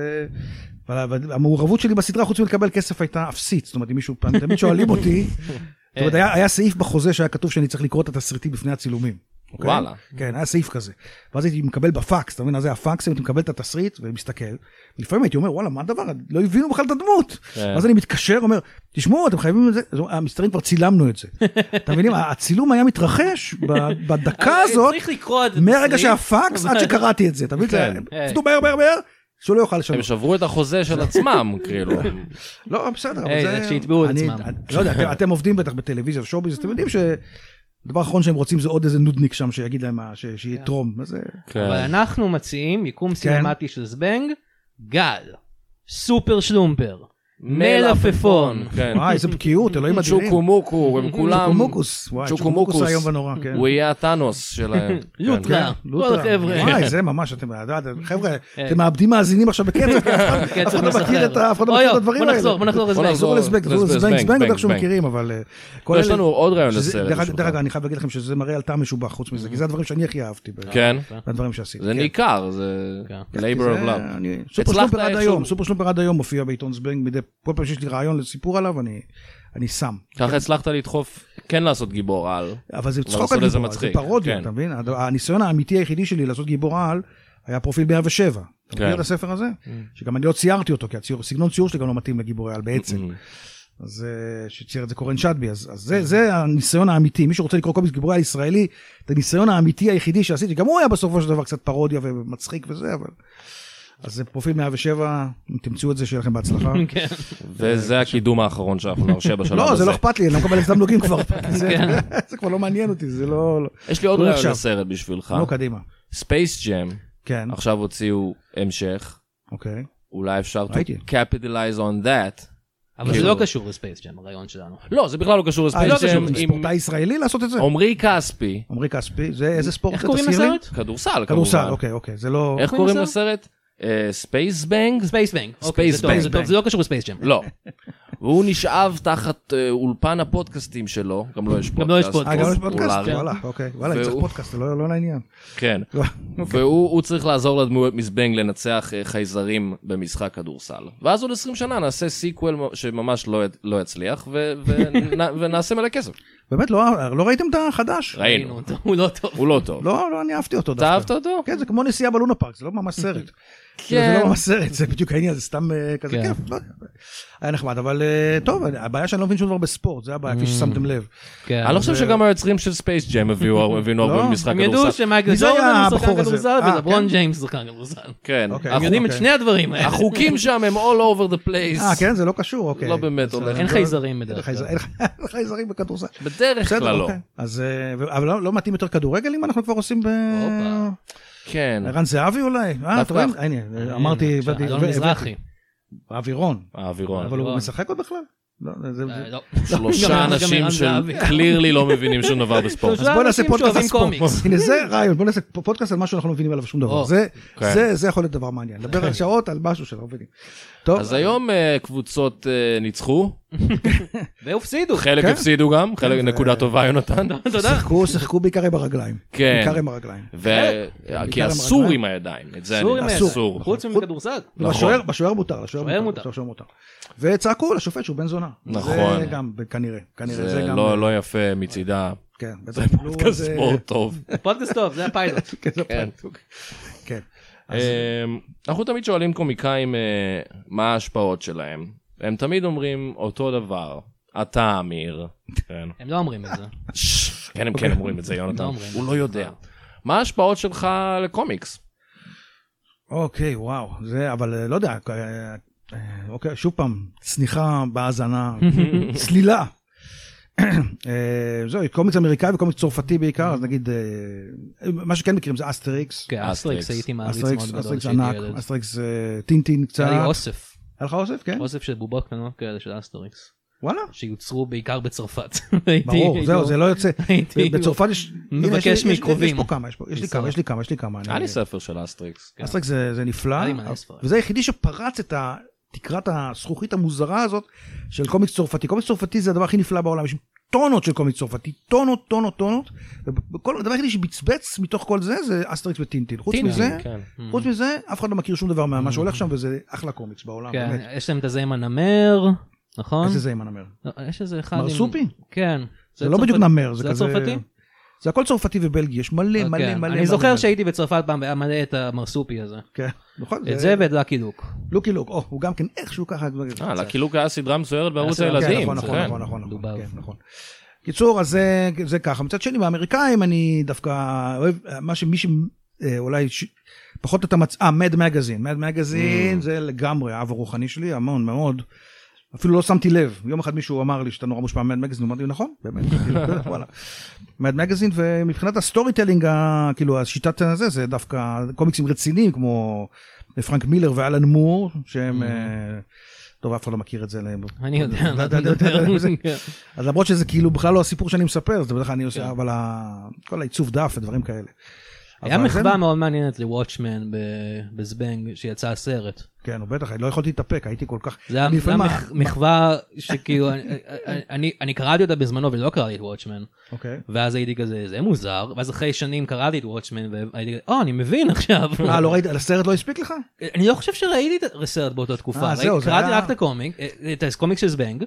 S4: אה, אבל המעורבות שלי בסדרה, חוץ מלקבל כסף, הייתה אפסית. זאת אומרת, אם מישהו פעם, תמיד שואלים אותי, זאת אומרת, היה היה סעיף בחוזה שהיה כתוב שאני צריך לקרוא את התסריטים לפני הצילומים. אוקיי?
S2: וואלה.
S4: כן, היה סעיף כזה. ואז הייתי מקבל בפקס, אתה מבין? אז זה הפקס, הייתי מקבל את התסריט ומסתכל. לפעמים הייתי אומר, וואלה, מה הדבר? לא הבינו בכלל את הדמות.
S2: כן.
S4: ואז אני מתקשר, אומר, תשמעו, אתם חייבים את זה, אז הוא אומר, המסתרים כבר צילמנו את זה. אתם מבינים? הצילום היה מתרחש ב-
S2: אה,
S4: בדקה
S3: אני
S4: הזאת,
S3: אה, צריך לקרוא את זה.
S4: מהרגע שהפקס עד שקראתי את זה, אתה מבין? זה-
S3: אה.
S4: עבדו מהר מהר מהר, שהוא לא יוכל לשנות.
S2: הם שברו את החוזה של עצמם, כאילו.
S4: לא, בסדר, אבל
S3: היי,
S4: זה...
S3: רק שיתבעו את
S4: אני-
S3: עצמם.
S4: אני- לא יודע, אתם- אתם עובדים בטח בטלוויזיה ושואו-ביז, אתם יודעים שהדבר האחרון שהם רוצים זה עוד איזה נודניק שם שיגיד להם מה- ש- שיתרום. מה זה...
S3: אבל
S2: כן.
S3: אנחנו מציעים
S4: כן.
S3: יקום סינמטי של זבנג, גל, סופר שלומפר, מלפפון,
S2: כן.
S4: וואי, איזה בקיאות, אלוהים אדירים.
S2: צ'וקו מוקו, הם כולם...
S4: צ'וקומוקוס, וואי, צ'וקומוקוס
S2: צ'וקומוקוס.
S4: איום ונורא, כן.
S2: הוא יהיה הטאנוס שלהם. כן.
S3: לוטרה, כן. כל
S4: לוטרה.
S3: החבר'ה.
S4: וואי, זה ממש, אתם יודעים, חבר'ה, אתם מאבדים מאזינים עכשיו בקצב, כי אף אחד- אף
S3: קצב
S4: אחד לא מכיר
S3: כן. מסחרר.
S4: את ה- אף אחד לא
S3: אוי,
S4: מכיר את
S3: אוי,
S4: הדברים
S3: בוא
S4: האלה.
S3: נחזור, בוא נחזור
S2: בוא
S3: לזבנג.
S2: נחזור.
S4: תחזור לזבנג, תחזור
S2: לזבנג,
S4: לזבנג, זבנג
S2: זבנג,
S4: בטח
S2: זבנג.
S4: מכירים, אבל... אה, כל
S2: יש
S4: אלה-
S2: לנו עוד רעיון
S4: שזה-
S2: לסרט.
S4: דרך-
S2: משותף.
S4: דרך אגב, אני חייב להגיד לכם שזה מראה על טעם משובח, חוץ מזה, כי זה הדברים שאני הכי אהבתי, ב-
S2: כן.
S4: מהדברים שעשיתי.
S2: זה
S4: כן.
S2: ניכר, זה
S3: כן.
S2: labor of
S4: זה-
S2: love.
S4: אני- סופר
S2: הצלחת
S4: שלומפר עד
S2: איכשהו.
S4: היום, סופר שלומפר עד היום מופיע בעיתון זבנג, מדי- כל פעם שיש לי רעיון לסיפור עליו, אני- אני שם.
S2: ככה הצלחת לדחוף, כן לעשות גיבור על.
S4: אבל זה צחוק
S2: לעשות
S4: על
S2: לזה
S4: גיבור, על, זה
S2: מצחיק,
S4: פרודיה,
S2: כן.
S4: אתה מבין? הד- הניסיון האמיתי היחידי שלי לעשות גיבור על היה פרופיל 107. אתה מכיר
S2: כן.
S4: את הספר הזה? שגם אני לא ציירתי אותו, כי הציור- סגנון ציור שלי גם לא מתאים לגיבורי על בעצם. אז אה, שצייר את זה קורן שדבי, אז אז זה- זה הניסיון האמיתי. מי שרוצה לקרוא קומיקס גיבורי על ישראלי, את הניסיון האמיתי היחידי שעשיתי, גם הוא היה בסופו של דבר קצת פרודיה ומצחיק וזה, אבל... אז זה פרופיל 107, אם תמצאו את זה, שיהיה לכם בהצלחה.
S3: כן.
S2: וזה הקידום האחרון שאנחנו נרשה בשלב הזה.
S4: אה, לא, זה לא אכפת לי, אני לא מקבל הזדמנוגים כבר.
S2: כן.
S4: זה- זה כבר לא מעניין אותי, זה לא... לא-
S2: יש לי עוד
S4: לא
S2: רעיון
S4: נחשב.
S2: לסרט בשבילך.
S4: נו, קדימה.
S2: ספייס ג'ם,
S4: כן,
S2: עכשיו הוציאו המשך,
S4: אוקיי.
S2: אולי אפשר
S4: ראיתי.
S2: to capitalize on that.
S3: אבל זה
S2: כאילו-
S3: לא קשור לספייס ג'ם, הרעיון שלנו.
S2: לא, זה בכלל לא קשור
S4: אה,
S2: לספייס
S4: לא
S2: ג'ם.
S4: קשור, זה
S2: עם
S4: ספורטאי ישראלי לעשות את זה?
S2: עמרי כספי,
S4: עמרי כספי, זה איזה ספורט?
S3: איך
S4: זה?
S3: קוראים
S4: תזכיר לי?
S3: לסרט?
S2: כדורסל
S4: כדורסל,
S2: כמובן.
S4: אוקיי, אוקיי, זה לא...
S2: איך קוראים לסרט? אה, ספייס בנג?
S3: ספייס בנג. אוקיי, זה
S2: Space
S3: טוב,
S2: Bang.
S3: זה טוב, זה לא קשור לספייס ג'ם.
S2: לא. והוא נשאב תחת אה, אולפן הפודקאסטים שלו, גם לו יש פודקאסט.
S3: גם לו יש פודקאסט.
S4: אה, גם יש
S2: פופולרי.
S4: פודקאסט? וואלה, אוקיי. וואלה,
S2: והוא-
S4: צריך פודקאסט, זה לא לא לעניין. לא,
S2: כן.
S4: אוקיי.
S2: והוא הוא צריך לעזור לדמויות מזבנג לנצח אה, חייזרים במשחק כדורסל. ואז עוד 20 שנה נעשה סיקוול שממש לא יד- לא יצליח, ו- ו- נ- ונעשה מלא כסף.
S4: באמת, לא, לא ראיתם את החדש?
S2: ראינו.
S3: אותו, הוא לא טוב.
S2: הוא לא טוב.
S4: לא, לא, אני אהבתי אותו
S2: אתה
S4: דווקא.
S2: אהבת אותו?
S4: כן, זה כמו נסיעה בלונה פארק, זה לא ממש סרט. כאילו, זה
S2: כן.
S4: לא ממש סרט, זה בדיוק העניין, זה סתם אה, כזה
S3: כן.
S4: כיף. לא יודע. היה נחמד, אבל אה, טוב, הבעיה שאני לא מבין שום דבר בספורט, זה הבעיה,
S2: Mm.
S4: כפי ששמתם לב.
S3: כן.
S2: אני לא חושב שגם היוצרים של ספייס ג'ם הביאו הבינו
S4: לא,
S2: הרבה במשחק
S3: הם ידעו
S2: כדורסל.
S3: שמייקל
S4: מי זה
S3: ג'ורדן
S4: היה
S3: הוא שחקן
S4: הבחור הזה?
S3: כדורסל
S4: אה,
S3: ולברון
S4: כן.
S3: גיימס הוא שחקן כדורסל.
S2: כן. החוק-
S4: אוקיי, הם
S3: הם יודעים את שני הדברים האלה.
S2: החוקים שם הם all over the place.
S4: אה, כן, זה לא קשור, אוקיי.
S2: לא באמת
S4: בסדר.
S2: הולך.
S3: אין
S4: לא-
S3: חייזרים
S4: אין
S3: בדרך כלל.
S4: חייזר- אין ח- אין חייזרים בכדורסל.
S2: בדרך
S4: בסדר,
S2: כלל לא.
S4: אוקיי. אז, אה, ו- אבל לא לא מתאים יותר כדורגל אם אנחנו כבר עושים ב...
S3: הופה.
S2: כן.
S4: ערן זהבי אולי? אה, אתה רואה? הנה, אמרתי...
S3: בבקשה,
S4: הבאתי-
S3: אה, אלון
S4: הבאתי-
S3: מזרחי.
S4: אווירון.
S2: האווירון.
S4: אבל הוא
S3: אווירון.
S4: משחק עוד בכלל? לא, זה-
S3: אה, לא. גם
S2: שלושה
S3: ערן
S2: אנשים
S3: זהבי.
S2: שקלירלי לא מבינים שום דבר בספורט.
S4: אז בוא נעשה
S3: אנשים
S4: פודקאסט על
S3: שאוהבים
S4: ספורט.
S3: קומיקס.
S4: הנה זה רעיון, בוא נעשה פ- פודקאסט על משהו שאנחנו לא מבינים עליו שום דבר.
S3: או,
S4: זה-
S2: כן.
S4: זה זה יכול להיות דבר מעניין. לדבר על שעות על משהו שאנחנו לא מבינים. טוב,
S2: אז היום אה, קבוצות אה, ניצחו,
S3: והפסידו.
S2: חלק
S4: כן.
S2: הפסידו גם, חלק נקודה טובה יונתן.
S3: תודה.
S4: שיחקו- שיחקו בעיקר עם הרגליים.
S2: כן.
S4: בעיקר עם הרגליים.
S2: ו-
S4: כן. בעיקר
S2: כי
S4: עם
S2: אסור
S4: הרגליים.
S2: עם הידיים, את זה
S3: אסור עם
S2: אני
S4: הידיים.
S2: אסור.
S3: חוץ מכדורסל.
S2: נכון.
S4: בשוער- בשוער מותר, לשוער
S3: שוער
S4: מותר.
S3: מותר.
S4: לשוער מותר. וצעקו לשופט שהוא בן זונה.
S2: נכון.
S4: זה גם, כנראה. כנראה
S2: זה
S4: זה גם...
S2: לא לא יפה מצידה.
S4: כן, בטח.
S2: זה
S4: נו,
S2: פודקאסט
S4: זה-
S2: ספורט טוב.
S3: פודקאסט טוב, זה הפיילוט.
S4: כן, זה
S2: כן.
S4: פרטוק. כן.
S3: אה,
S4: אז-
S2: אמ, אנחנו תמיד שואלים קומיקאים אה, מה ההשפעות שלהם. הם תמיד אומרים אותו דבר. אתה אמיר. כן.
S3: הם לא אומרים את זה.
S2: ששש, כן, הם כן אומרים את זה, יונתן.
S3: לא אומרים.
S2: הוא לא יודע. מה ההשפעות שלך לקומיקס?
S4: אה. אוקיי, וואו, זה, אבל אה, לא יודע, אה, אה, אוקיי, שוב פעם, צניחה בהאזנה, צלילה. אה, זהו, קומיקס אמריקאי וקומיקס צרפתי בעיקר, אז נגיד, אה, מה שכן מכירים זה אסטריקס.
S3: כן, אסטריקס הייתי מעריץ מאוד
S4: אסטריקס,
S3: גדול
S4: אסטריקס
S3: כשהייתי
S4: ענק,
S3: ילד.
S4: אסטריקס אה, טינטין קצת.
S3: היה לי
S4: היה
S3: אוסף.
S4: לך אוסף? כן?
S3: אוסף של בובות קטנות כאלה של אסטריקס.
S4: וואלה,
S3: שיוצרו בעיקר בצרפת.
S4: ברור, זהו, זה לא יוצא.
S3: הייתי-
S4: בצרפת יש... הנה,
S3: מבקש
S4: יש לי- יש לי-
S3: מקרובים.
S4: יש פה כמה, יש פה- יש לי כמה, יש לי כמה, יש לי כמה.
S2: היה
S4: אני-
S2: לי ספר של אסטריקס.
S4: אסטריקס זה, זה נפלא,
S3: כן. היה לי מלא ספרים.
S4: וזה היחידי שפרץ את ה- תקרת הזכוכית המוזרה הזאת של קומיקס צרפתי. קומיקס צרפתי זה הדבר הכי נפלא בעולם, יש טונות של קומיקס צרפתי, טונות, טונות, טונות, וכל הדבר היחידי שבצבץ מתוך כל זה זה אסטריקס וטינטין. חוץ
S2: טינטין,
S4: מזה,
S2: כן.
S3: Mm.
S4: חוץ מזה, אף אחד לא מכיר שום דבר ממה שהולך שם, וזה אחלה קומיקס בעולם, באמת.
S3: כן, יש להם את הזה עם הנמר, נכון?
S4: איזה זה עם הנמר.
S3: לא, יש איזה אחד עם...
S4: מרסופי?
S3: כן.
S4: זה לא
S3: צרפת-
S4: בדיוק נמר, זה כזה...
S3: זה הצרפתי?
S4: זה הכל צרפתי ובלגי, יש מלא מלא מלא
S3: כן.
S4: מלא.
S3: אני זוכר
S4: מלא.
S3: שהייתי בצרפת פעם והיה מלא את המרסופי הזה.
S4: כן, נכון.
S3: את זה ואת לקי לוק.
S4: לוקי לוק, או, הוא גם כן איכשהו ככה...
S2: אה, לקילוק היה סדרה מסוירת בערוץ
S3: היה סדרה, כן,
S2: הילדים.
S4: נכון,
S2: זה
S4: נכון,
S2: כן.
S4: נכון, נכון, נכון,
S3: דובר.
S4: כן, נכון. קיצור, אז זה, זה ככה. מצד שני, מהאמריקאים אני דווקא אוהב, מה שמי שאולי אה, ש... פחות אתה מצ... אה, מד מגזין. מד
S2: Mm.
S4: מגזין זה לגמרי האב הרוחני שלי, המון מאוד. אפילו לא שמתי לב. יום אחד מישהו אמר לי שאתה נורא מושפע ממד מגזין, אמרתי, נכון, באמת, כאילו, וואלה. מד מגזין, ומבחינת הסטורי טלינג, ה- כאילו, השיטת הזה, זה דווקא קומיקסים רציניים, כמו אה, פרנק מילר ואלן מור, שהם... אה, טוב, אף אחד לא מכיר את זה.
S3: Mm-hmm. אני יודע.
S4: אתה יודע, אתה יודע, אתה יודע, זה-
S3: כן.
S4: אז למרות שזה כאילו בכלל לא הסיפור שאני מספר, זה בדרך כלל אני עושה, אבל ה- כל העיצוב דף ודברים כאלה.
S3: היה
S4: אבל זה- לא-
S3: מחווה מאוד מעניינת לוואטשמן בזבנג שיצא הסרט.
S4: כן, הוא בטח, אני לא יכולתי להתאפק, הייתי כל כך...
S3: זה היה
S4: אני
S3: זה היה
S4: לפעמים-
S3: מח- מחווה שכאילו אני- אני- אני- אני קראתי אותה בזמנו ולא קראתי את וואטשמן
S4: אוקיי.
S3: ואז הייתי כזה זה מוזר ואז אחרי שנים קראתי את וואטשמן והייתי כזה או אני מבין עכשיו.
S4: אה, לא ראית, הסרט לא הספיק לך?
S3: אני לא חושב שראיתי את הסרט באותה תקופה,
S4: אה, זהו,
S3: ראיתי-
S4: זה
S3: קראתי
S4: היה-
S3: רק את הקומיק, אה, את הקומיק של זבנג,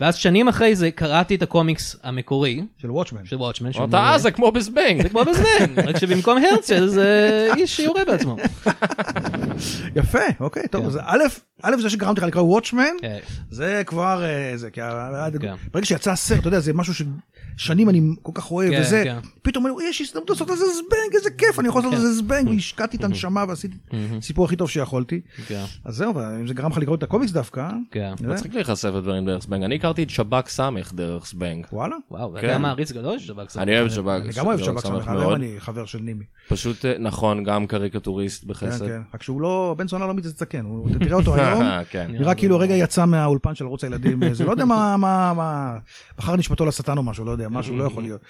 S3: ואז שנים אחרי זה קראתי את הקומיקס המקורי
S4: של וואטשמן.
S3: של וואטשמן. שהוא
S2: אתה
S3: מעולה.
S2: אה, זה כמו בזבנג.
S3: זה כמו בזבנג, רק שבמקום הרצל זה איש שיורה בעצמו.
S4: יפה, אוקיי, טוב, אז א', א', זה שגרמתי לך לקרוא וואטשמן,
S3: כן.
S4: זה כבר, אה, זה, כי ה-
S3: כן.
S4: ברגע שיצא הסרט, אתה יודע, זה משהו ששנים אני כל כך אוהב,
S3: כן,
S4: וזה,
S3: כן.
S4: פתאום אומרים, יש הזדמנות לעשות לזה זבנג, איזה כיף, אני יכול לעשות לזה זבנג, השקעתי את הנשמה ועשיתי את הסיפור הכי טוב שיכולתי.
S3: Mm-hmm. כן.
S4: אז זהו, אבל אם זה גרם לך לקרוא את הקומיקס דווקא,
S3: כן.
S4: זה-
S2: מצחיק להיחשף לדברים דרך זבנג. אני הכרתי את שב"כ סמך דרך זבנג.
S4: וואלה.
S3: וואו, ואתה
S2: כן.
S3: גם מעריץ גדול של שב"כ.
S2: אני אוהב את שב"כ.
S4: אני גם אוהב שב"כ סמך, היום
S2: מאוד.
S4: אני חבר של נימי.
S2: פשוט, אה, נכון, גם קריקטוריסט
S4: כן,
S2: בחסד.
S4: כן. רק שהוא לא, בן זונה לא מזדקן, הוא- אתה תראה אותו היום,
S2: כן.
S4: נראה כאילו הרגע יצא מהאולפן של ערוץ הילדים, זה לא יודע מה, מה, מה, בחר נשמתו לשטן או משהו, לא יודע, משהו לא יכול להיות.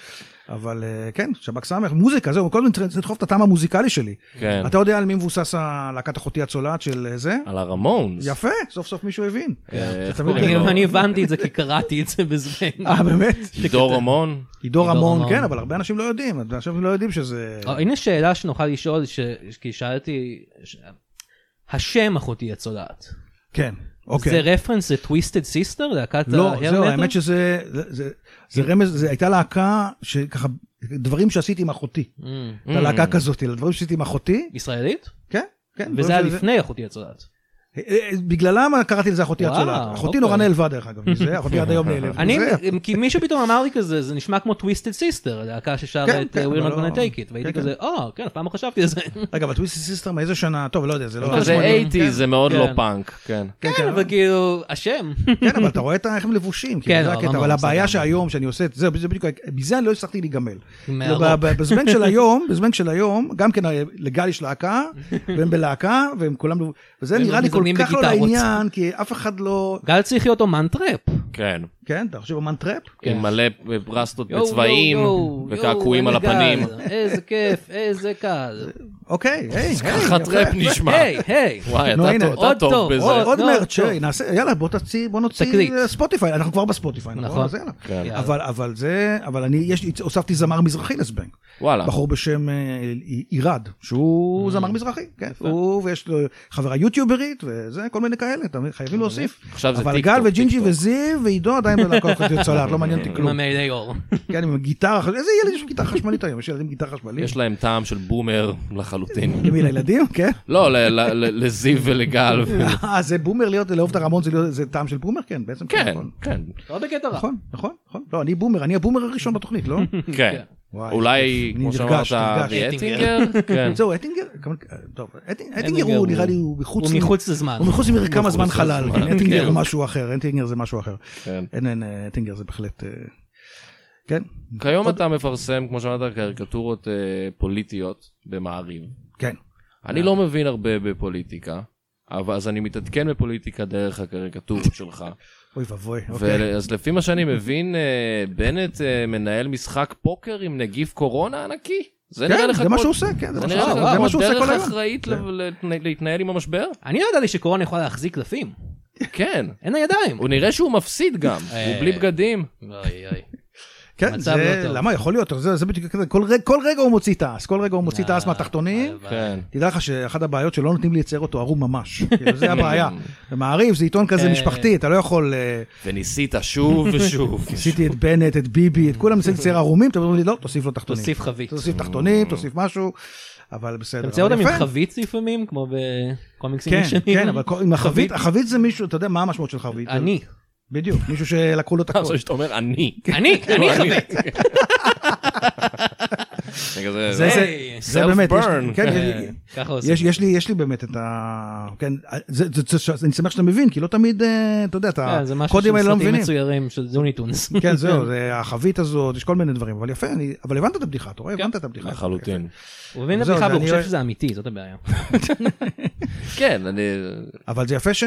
S4: אבל אה, כן, שב"כ סמך, מוזיקה, זהו, כל הזמן צריך לדחוף את הטעם המוזיקלי שלי.
S2: כן.
S4: אתה יודע על מי מבוסס ה- להקת אחותי הצולעת של אה, זה?
S2: על הרמונס.
S4: יפה, סוף סוף מישהו הבין.
S2: אה, איך
S4: אתה מבין?
S2: קוראים לו?
S3: כן. אני הבנתי את זה כי קראתי את זה בזבנג.
S4: אה, באמת?
S2: עידו רמון.
S4: עידו
S3: רמון.
S4: רמון, כן, אבל הרבה אנשים לא יודעים, אנשים לא יודעים שזה...
S3: אה, הנה שאלה שנוכל לשאול, ש- כי שאלתי, ש- השם אחותי הצולעת,
S4: כן. אוקיי.
S3: זה רפרנס לטוויסטד סיסטר, להקת
S4: לא,
S3: ה-hair
S4: זהו,
S3: metal?
S4: האמת שזה, זה, זה, זה רמז, זה הייתה להקה שככה, דברים שעשיתי עם אחותי.
S3: Mm.
S4: הייתה להקה כזאת, דברים שעשיתי עם אחותי,
S3: ישראלית?
S4: כן, כן.
S3: וזה היה
S4: זה-
S3: לפני אחותי הצולעת.
S4: אה, אה, בגללם קראתי לזה אחותי
S3: וואו,
S4: הצולעת. אחותי
S3: אוקיי.
S4: נורא נעלבה דרך אגב, מזה, אחותי עד היום נעלבת.
S3: אני,
S4: מזה.
S3: כי מישהו פתאום אמר לי כזה, זה נשמע כמו טוויסטד סיסטר, להקה ששרה
S4: כן,
S3: את uh,
S4: כן,
S3: We're
S4: אבל
S3: Not
S4: לא-
S3: Gonna Take It, והייתי
S4: כן,
S3: כזה, או, כן, אף פעם לא חשבתי על זה.
S4: רגע, אבל טוויסטי סיסטר מאיזה שנה? טוב, לא יודע, זה לא...
S2: כזה
S4: שמונים.
S2: 80 זה מאוד
S3: כן.
S2: לא פאנק, כן.
S3: כן, אבל כאילו, השם.
S4: כן, אבל אתה רואה את ה- איך הם לבושים,
S3: כן,
S4: כאילו, זה
S3: לא,
S4: הקטע.
S3: לא,
S4: אבל
S3: לא,
S4: הבעיה
S3: בסדר.
S4: שהיום, שאני עושה את זה, זה בדיוק, מזה אני לא הצלחתי להיגמל. לא,
S3: מהרוק.
S4: ב- ב- בזבנג של היום, בזבנג של היום, גם כן אה, לגל יש להקה, והם בלהקה, והם כולם, לבו- וזה
S3: והם
S4: נראה לי כל
S3: מזמנים
S4: כך לא
S3: בגיטרות.
S4: לעניין, כי אף אחד לא...
S3: גל צריך להיות אומן טראפ.
S2: כן.
S4: כן, אתה חושב אומן טראפ?
S2: עם מלא ברסטות
S3: יואו,
S2: בצבעים,
S3: יואו, יואו,
S2: וקעקועים על
S3: איזה
S2: הפנים.
S3: גל, איזה כיף, איזה קל.
S4: אוקיי, היי, היי,
S2: ככה
S4: יפה.
S2: טראפ נשמע.
S3: היי, היי.
S2: וואי,
S4: נו,
S2: אתה
S4: הנה,
S2: טוב- אתה
S3: עוד
S2: טוב
S3: טוב,
S2: בזה.
S4: עוד
S3: נו,
S4: מרץ',
S3: טוב.
S4: היי, נעשה- יאללה, בוא תוציא, בוא
S3: תקליט.
S4: נוציא אה, ספוטיפיי, אנחנו כבר בספוטיפיי, נכון?
S3: נכון.
S4: אז יאללה.
S2: כן.
S4: אבל, אבל זה, אבל אני, יש, לי- הוספתי זמר מזרחי לזבנג.
S2: וואלה.
S4: בחור בשם אה, עירד,
S2: Mm.
S4: שהוא זמר מזרחי, כן. הוא, ויש לו חברה יוטיוברית, וזה, כל מיני כאלה, אתה מבין? חייבים להוסיף.
S2: עכשיו זה
S4: אבל
S2: טיקטוק,
S4: גל וג'ינג'י
S2: טיקטוק.
S4: וזיו ועידו עדיין בלהקות חצי צולעת, לא מעניין אותי
S3: עם
S4: כלום.
S3: המעילי אור.
S4: כן, עם גיטרה, חש- איזה ילד יש לו גיטרה חשמלית היום? יש ילדים עם גיטרה חשמלית?
S2: יש להם טעם של בומר לחלוטין.
S4: למי לילדים? כן.
S2: לא, ל- ל- ל- לזיו ולגל. ו-
S4: אה, זה בומר להיות, לאהוב את הרמון זה להיות- זה טעם של בומר? כן, בעצם.
S2: כן,
S4: נכון.
S2: כן,
S3: לא בקטע רע.
S4: נכון, נכון, נכון. לא, אני בומר, אני הבומר הראשון בתוכנית, לא?
S2: כן.
S4: וואי,
S2: אולי,
S4: אני
S2: כמו
S4: נרגש,
S2: שאמרת,
S4: נרגש.
S2: אריה אטינגר?
S3: אטינגר.
S2: כן.
S4: זהו, אטינגר? כמובן, טוב, אטינ- אטינגר
S3: אטינגר
S4: הוא
S3: הוא-
S4: נראה לי, הוא מחוץ...
S3: הוא מחוץ לזמן.
S4: הוא מחוץ למרקם הזמן
S2: מחוץ
S4: חלל,
S2: לזמן,
S4: כן, אטינגר
S2: כן.
S4: הוא משהו אחר, אטינגר זה משהו אחר.
S2: כן.
S4: אין, אין, אה, אטינגר זה בהחלט... אה, כן,
S2: כיום אתה מפרסם, כמו שאמרת, קריקטורות אה, פוליטיות במעריב.
S4: כן.
S2: אני לא מבין הרבה בפוליטיקה, אבל אז אני מתעדכן בפוליטיקה דרך הקריקטורות שלך.
S4: אוי ואבוי, אוקיי.
S2: ו- אז לפי מה שאני מבין, אה, בנט אה, מנהל משחק פוקר עם נגיף קורונה ענקי? זה נראה
S4: כן,
S2: לך
S4: זה מה
S2: כמו-
S4: שהוא עושה, כן, זה
S2: זה
S4: מה
S2: נראה
S4: שהוא
S2: לך
S4: עושה, זה
S2: כמו
S4: מה שהוא עושה כל
S2: דרך
S4: היום.
S2: אחראית ל- ל- להתנהל עם המשבר?
S3: אני לא ידעתי שקורונה יכולה להחזיק קלפים.
S2: כן.
S3: אין לה ידיים.
S2: הוא נראה שהוא מפסיד גם,
S3: אה.
S2: הוא בלי בגדים.
S3: אוי, אוי.
S4: כן,
S3: מצב
S4: זה,
S3: לא טוב.
S4: למה יכול להיות, זה זה בדיוק כזה, כל רגע- כל רגע הוא מוציא תעש, כל רגע הוא מוציא תעש
S3: אה,
S4: מהתחתונים.
S3: הלוואי.
S2: כן.
S4: תדע לך שאחת הבעיות שלא נותנים לי לצייר אותו ערום ממש, כאילו, זה הבעיה. במעריב זה עיתון כזה
S3: כן. אה.
S4: משפחתי, אתה לא יכול, אה,
S2: וניסית שוב ושוב.
S4: עשיתי את בנט, את ביבי, את כולם מנסים לצייר ערומים, אתם אומרים לי, לא, תוסיף לו תחתונים.
S3: תוסיף חבית.
S4: תוסיף תחתונים, תוסיף משהו, אבל בסדר.
S3: אתה מצייר
S4: אבל
S3: אותם עם
S4: יפה.
S3: חבית לפעמים, כמו בקומיקסים
S4: כן,
S3: ישנים.
S4: כן, אבל כל- עם החבית, החבית זה מישהו, אתה יודע מה המשמעות של חבית?
S3: אני.
S4: בדיוק, מישהו שלקחו לו את הכל.
S2: עכשיו שאתה אומר אני.
S3: אני, כן,
S4: לא,
S3: אני חבית.
S2: רגע, זה-
S4: זה- זה-
S3: היי,
S4: זה באמת, יש-
S2: self-burn.
S4: כן,
S3: אה,
S4: יש-
S3: ככה עושים.
S4: יש, יש לי, יש לי באמת את ה... כן, זה, זה, זה, אני שמח שאתה מבין, כי לא תמיד, אה, אתה יודע, את
S3: אה, זה משהו
S4: הקודים האלה
S3: של
S4: לא
S3: סרטים
S4: מבינים.
S3: מצוירים של דוניטונס.
S4: כן, זהו, זה החבית הזאת, יש כל מיני דברים, אבל יפה, אני, אבל הבנת את הבדיחה, אתה רואה? הבנת את
S2: אה.
S4: הבדיחה.
S2: נכון. לחלוטין.
S3: הוא מבין את
S4: זהו,
S3: הבדיחה
S4: זה
S3: והוא
S4: אני
S3: חושב
S4: רואה-
S3: שזה אמיתי, זאת הבעיה.
S2: כן, אני...
S4: אבל זה יפה ש...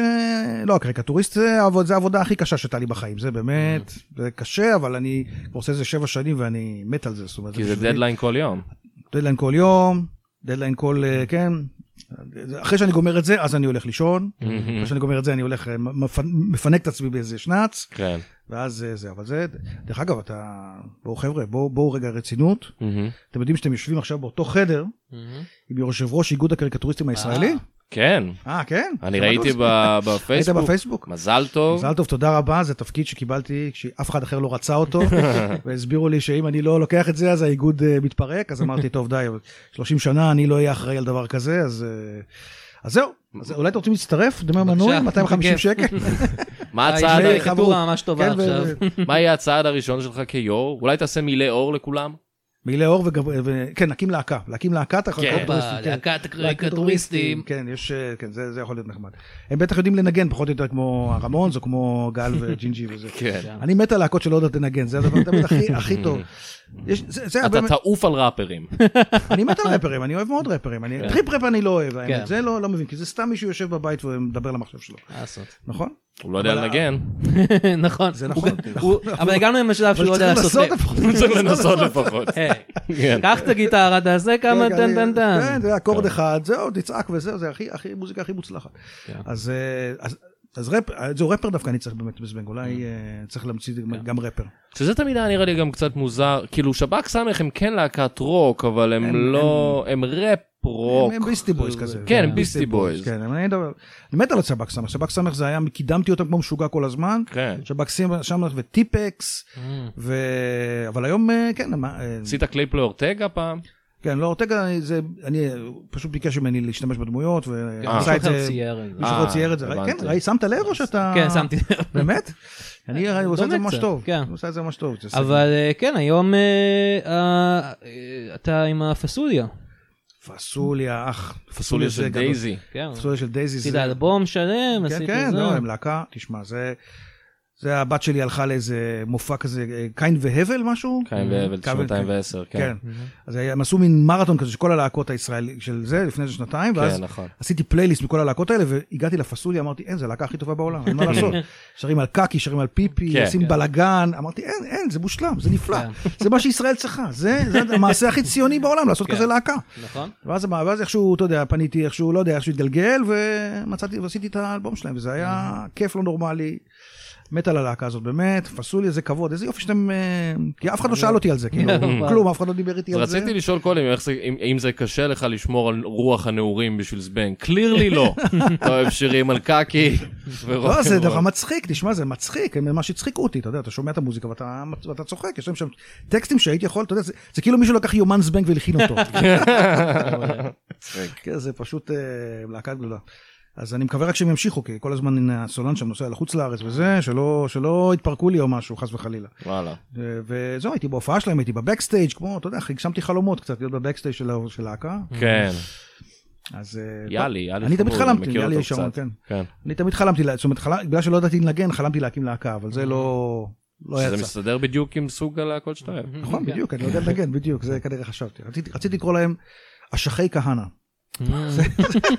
S4: לא, הקריקטוריסט זה, העבוד- זה העבודה הכי קשה שהייתה לי בחיים, זה באמת,
S2: נכון.
S4: זה קשה, אבל אני כבר עושה את זה שבע שנים ואני מת על זה, זאת אומרת,
S2: כי זה
S4: בשבילי-
S2: דדליין כל יום.
S4: דדליין כל יום, דדליין כל, אה, כן. אחרי שאני גומר את זה, אז אני הולך לישון.
S2: Mm-hmm.
S4: אחרי שאני גומר את זה, אני הולך, אה, מפ- מפנק את עצמי באיזה שנץ,
S2: כן.
S4: ואז אה, זה, אבל זה, דרך אגב, אתה, בואו חבר'ה, בואו בואו רגע רצינות. אתם יודעים שאתם יושבים עכשיו באותו חדר עם יושב ראש איגוד הקריקטוריסטים
S3: אה.
S4: הישראלי?
S2: כן,
S4: אה, כן?
S2: אני
S4: שמעת
S2: ראיתי
S4: על זה?
S2: ב-
S4: היית
S2: בפייסבוק. לא.
S4: בפייסבוק?
S2: מזל טוב.
S4: מזל טוב, תודה רבה, זה תפקיד שקיבלתי כשאף אחד אחר לא רצה אותו, והסבירו לי שאם אני לא לוקח את זה אז האיגוד אה, מתפרק, אז אמרתי, טוב די, 30 שנה אני לא אהיה אחראי על דבר כזה, אז... אה, אז זהו, אז אולי אתם רוצים להצטרף, דמי מנוי, 250
S3: בכיף.
S4: שקל.
S3: אה,
S2: מה הצעד,
S4: היי,
S2: ה-
S4: חברות.
S3: קריקטורה ממש טובה
S4: אה, כן, ו-
S3: לא עכשיו.
S2: מה יהיה הצעד הראשון שלך כיו"ר? אולי תעשה מילי אור לכולם?
S4: מעילי אור וגב... ו- כן, נקים להקה, להקים להקה, אתה יכול...
S2: כן.
S4: לקרוא
S3: הופה,
S4: טוריסטים, כן.
S3: להקת הקריקטוריסטים.
S4: כן, יש, אה, כן, זה, זה יכול להיות נחמד. הם בטח יודעים לנגן פחות או יותר כמו הרמונס או כמו גל וג'ינג'י וזה.
S2: כן.
S4: אני מת על להקות שלא יודעות לנגן, זה הדבר תמיד הכי, הכי טוב. יש, זה, זה
S2: אתה
S4: הרבה,
S2: תעוף על ראפרים.
S4: אני מת על ראפרים, אני אוהב מאוד ראפרים, אני, טריפ ראפ אני לא אוהב, האמת,
S3: כן.
S4: זה לא, לא מבין, כי זה סתם מישהו יושב בבית ומדבר למחשב שלו,
S3: מה לעשות?
S4: נכון?
S2: הוא לא יודע
S4: אבל-
S2: לנגן.
S3: נכון.
S4: זה
S3: הוא
S4: נכון,
S3: גם-
S4: נכון.
S3: הוא- אבל הגענו עם השלב שהוא לא יודע
S4: צריך כן,
S3: לעשות
S4: לנסות
S3: רפ.
S4: לפחות.
S2: הוא צריך לנסות לפחות.
S3: היי,
S2: לא כן.
S3: קח את הגיטרה, תעשה כמה
S4: רגע,
S3: טן
S4: לא, אני-
S3: טן טן.
S4: כן, זה אקורד אחד, זהו, תצעק וזהו, זה הכי, הכי, מוזיקה הכי מוצלחת.
S3: כן.
S4: אז, אה, אז, אז ראפ, אה, זהו, ראפר דווקא אני צריך באמת בזבנג,
S3: כן.
S4: אולי אה, צריך להמציא גם- גם ראפר.
S2: שזה תמיד היה נראה לי גם קצת מוזר, כאילו שב"כ סמך הם כן להקת רוק, אבל הם לא, הם ראפ פרוק.
S4: הם ביסטי בויז כזה.
S2: כן,
S4: זה,
S2: ביסטי בויז.
S4: כן, אני אני מת על השב"כ סמך, שב"כ סמך זה היה, קידמתי אותם כמו משוגע כל הזמן.
S2: כן.
S4: שב"כ סמך וטיפקס,
S3: אה,
S4: ו... אבל היום, אה, כן, מה, אה,
S2: עשית קליפ לאורטגה פעם?
S4: כן, לא, אורטגה, אני- זה, אני, הוא פשוט ביקש ממני להשתמש בדמויות,
S3: כן,
S4: ועשה
S3: מישהו
S4: את
S3: אחר
S4: זה, אה.
S3: צייר את זה.
S4: מישהו
S2: אה,
S4: לא צייר את זה,
S2: הבנתי.
S4: כן, ראי, שמת לב או שאתה,
S3: כן, שמתי לב.
S4: באמת? אני, אני עושה את זה
S3: דומה
S4: ממש
S3: קצת,
S4: טוב,
S3: כן.
S4: הוא עושה את זה ממש טוב, זה
S3: אבל אה, כן, היום אה, אה, אה, אתה עם הפסוליה.
S4: פסוליה, אח,
S2: פסוליה של
S4: זה גדול.
S2: דייזי.
S3: כן,
S4: פסוליה של דייזי,
S3: עשית
S4: זה-
S3: אלבום שלם,
S4: כן,
S3: עשית
S4: כן,
S3: זה.
S4: לא, הם להקה, תשמע, זה... זה הבת שלי הלכה לאיזה מופע כזה, אה, קין והבל משהו?
S2: כן, והבל,
S4: קין-
S2: 210, כן.
S4: Mm-hmm. כן. אז היה- הם עשו מין מרתון כזה של כל הלהקות הישראליות של זה, לפני איזה שנתיים, ואז
S2: כן, נכון.
S4: עשיתי פלייליסט מכל הלהקות האלה, והגעתי לפסוליה, אמרתי, אין, זו הלהקה הכי טובה בעולם, אין מה לעשות. שרים על קקי, שרים על
S2: כן,
S4: פיפי,
S2: כן.
S4: עושים בלאגן, אמרתי, אין, אין, זה מושלם, זה נפלא,
S3: כן.
S4: זה מה שישראל צריכה, זה זה המעשה הכי ציוני בעולם, לעשות
S3: כן.
S4: כזה להקה.
S3: נכון?
S4: ואז, מה- ואז איכשהו, אתה יודע, פניתי איכשהו, לא יודע, איכשהו התגלגל, ומצאתי, ועשיתי את האלבום שלהם, וזה היה כיף לא נורמלי. מת על הלהקה הזאת, באמת, פסול לי איזה כבוד, איזה יופי שאתם... אה, כי אף אחד לא שאל אותי על זה, כאילו, כלום, אף אחד לא דיבר איתי
S2: אז
S4: על זה.
S2: רציתי לשאול קודם איך זה- אם- אם זה קשה לך לשמור על רוח הנעורים בשביל זבנג. קלירלי לא. אתה אוהב שירים על קקי. ורוק
S4: לא, זה
S2: אנד רול.
S4: דבר מצחיק, תשמע, זה מצחיק, הם ממש הצחיקו אותי, אתה יודע, אתה שומע את המוזיקה ואתה ואתה צוחק, יש להם שם טקסטים שהייתי יכול, אתה יודע, זה- זה כאילו מישהו לקח יומן זבנג והלחין אותו.
S2: כן. מצחיק.
S4: כן, זה פשוט אה, להקה גדולה. אז אני מקווה רק שהם ימשיכו, כי כל הזמן הנה, הסולן שם נוסע לחוץ לארץ וזה, שלא, שלא יתפרקו לי או משהו, חס וחלילה.
S2: וואלה.
S4: אה, וזהו, הייתי בהופעה שלהם, הייתי בבקסטייג', כמו, אתה יודע, הגשמתי חלומות קצת, להיות בבקסטייג' של ה- של להקה.
S2: כן.
S4: אז... אה, טוב,
S2: יאללה, יאללה.
S4: Mm-hmm. אני תמיד
S2: חמוד,
S4: חלמתי,
S2: מכיר
S4: יאללה
S2: אותו
S4: יש המון,
S2: קצת.
S4: כן.
S2: כן.
S4: אני תמיד חלמתי, לה- זאת אומרת, חלם- בגלל שלא ידעתי לנגן, חלמתי להקים להקה, אבל זה לא... לא
S2: Mm. שזה
S4: יצא.
S2: מסתדר בדיוק עם סוג הלהקות שאתה אוהב.
S4: נכון,
S3: כן.
S4: בדיוק, אני לא יודע לנגן, בדיוק, זה כנראה חשבתי. רציתי- רציתי לקרוא להם אשכי כהנא.
S2: Mm.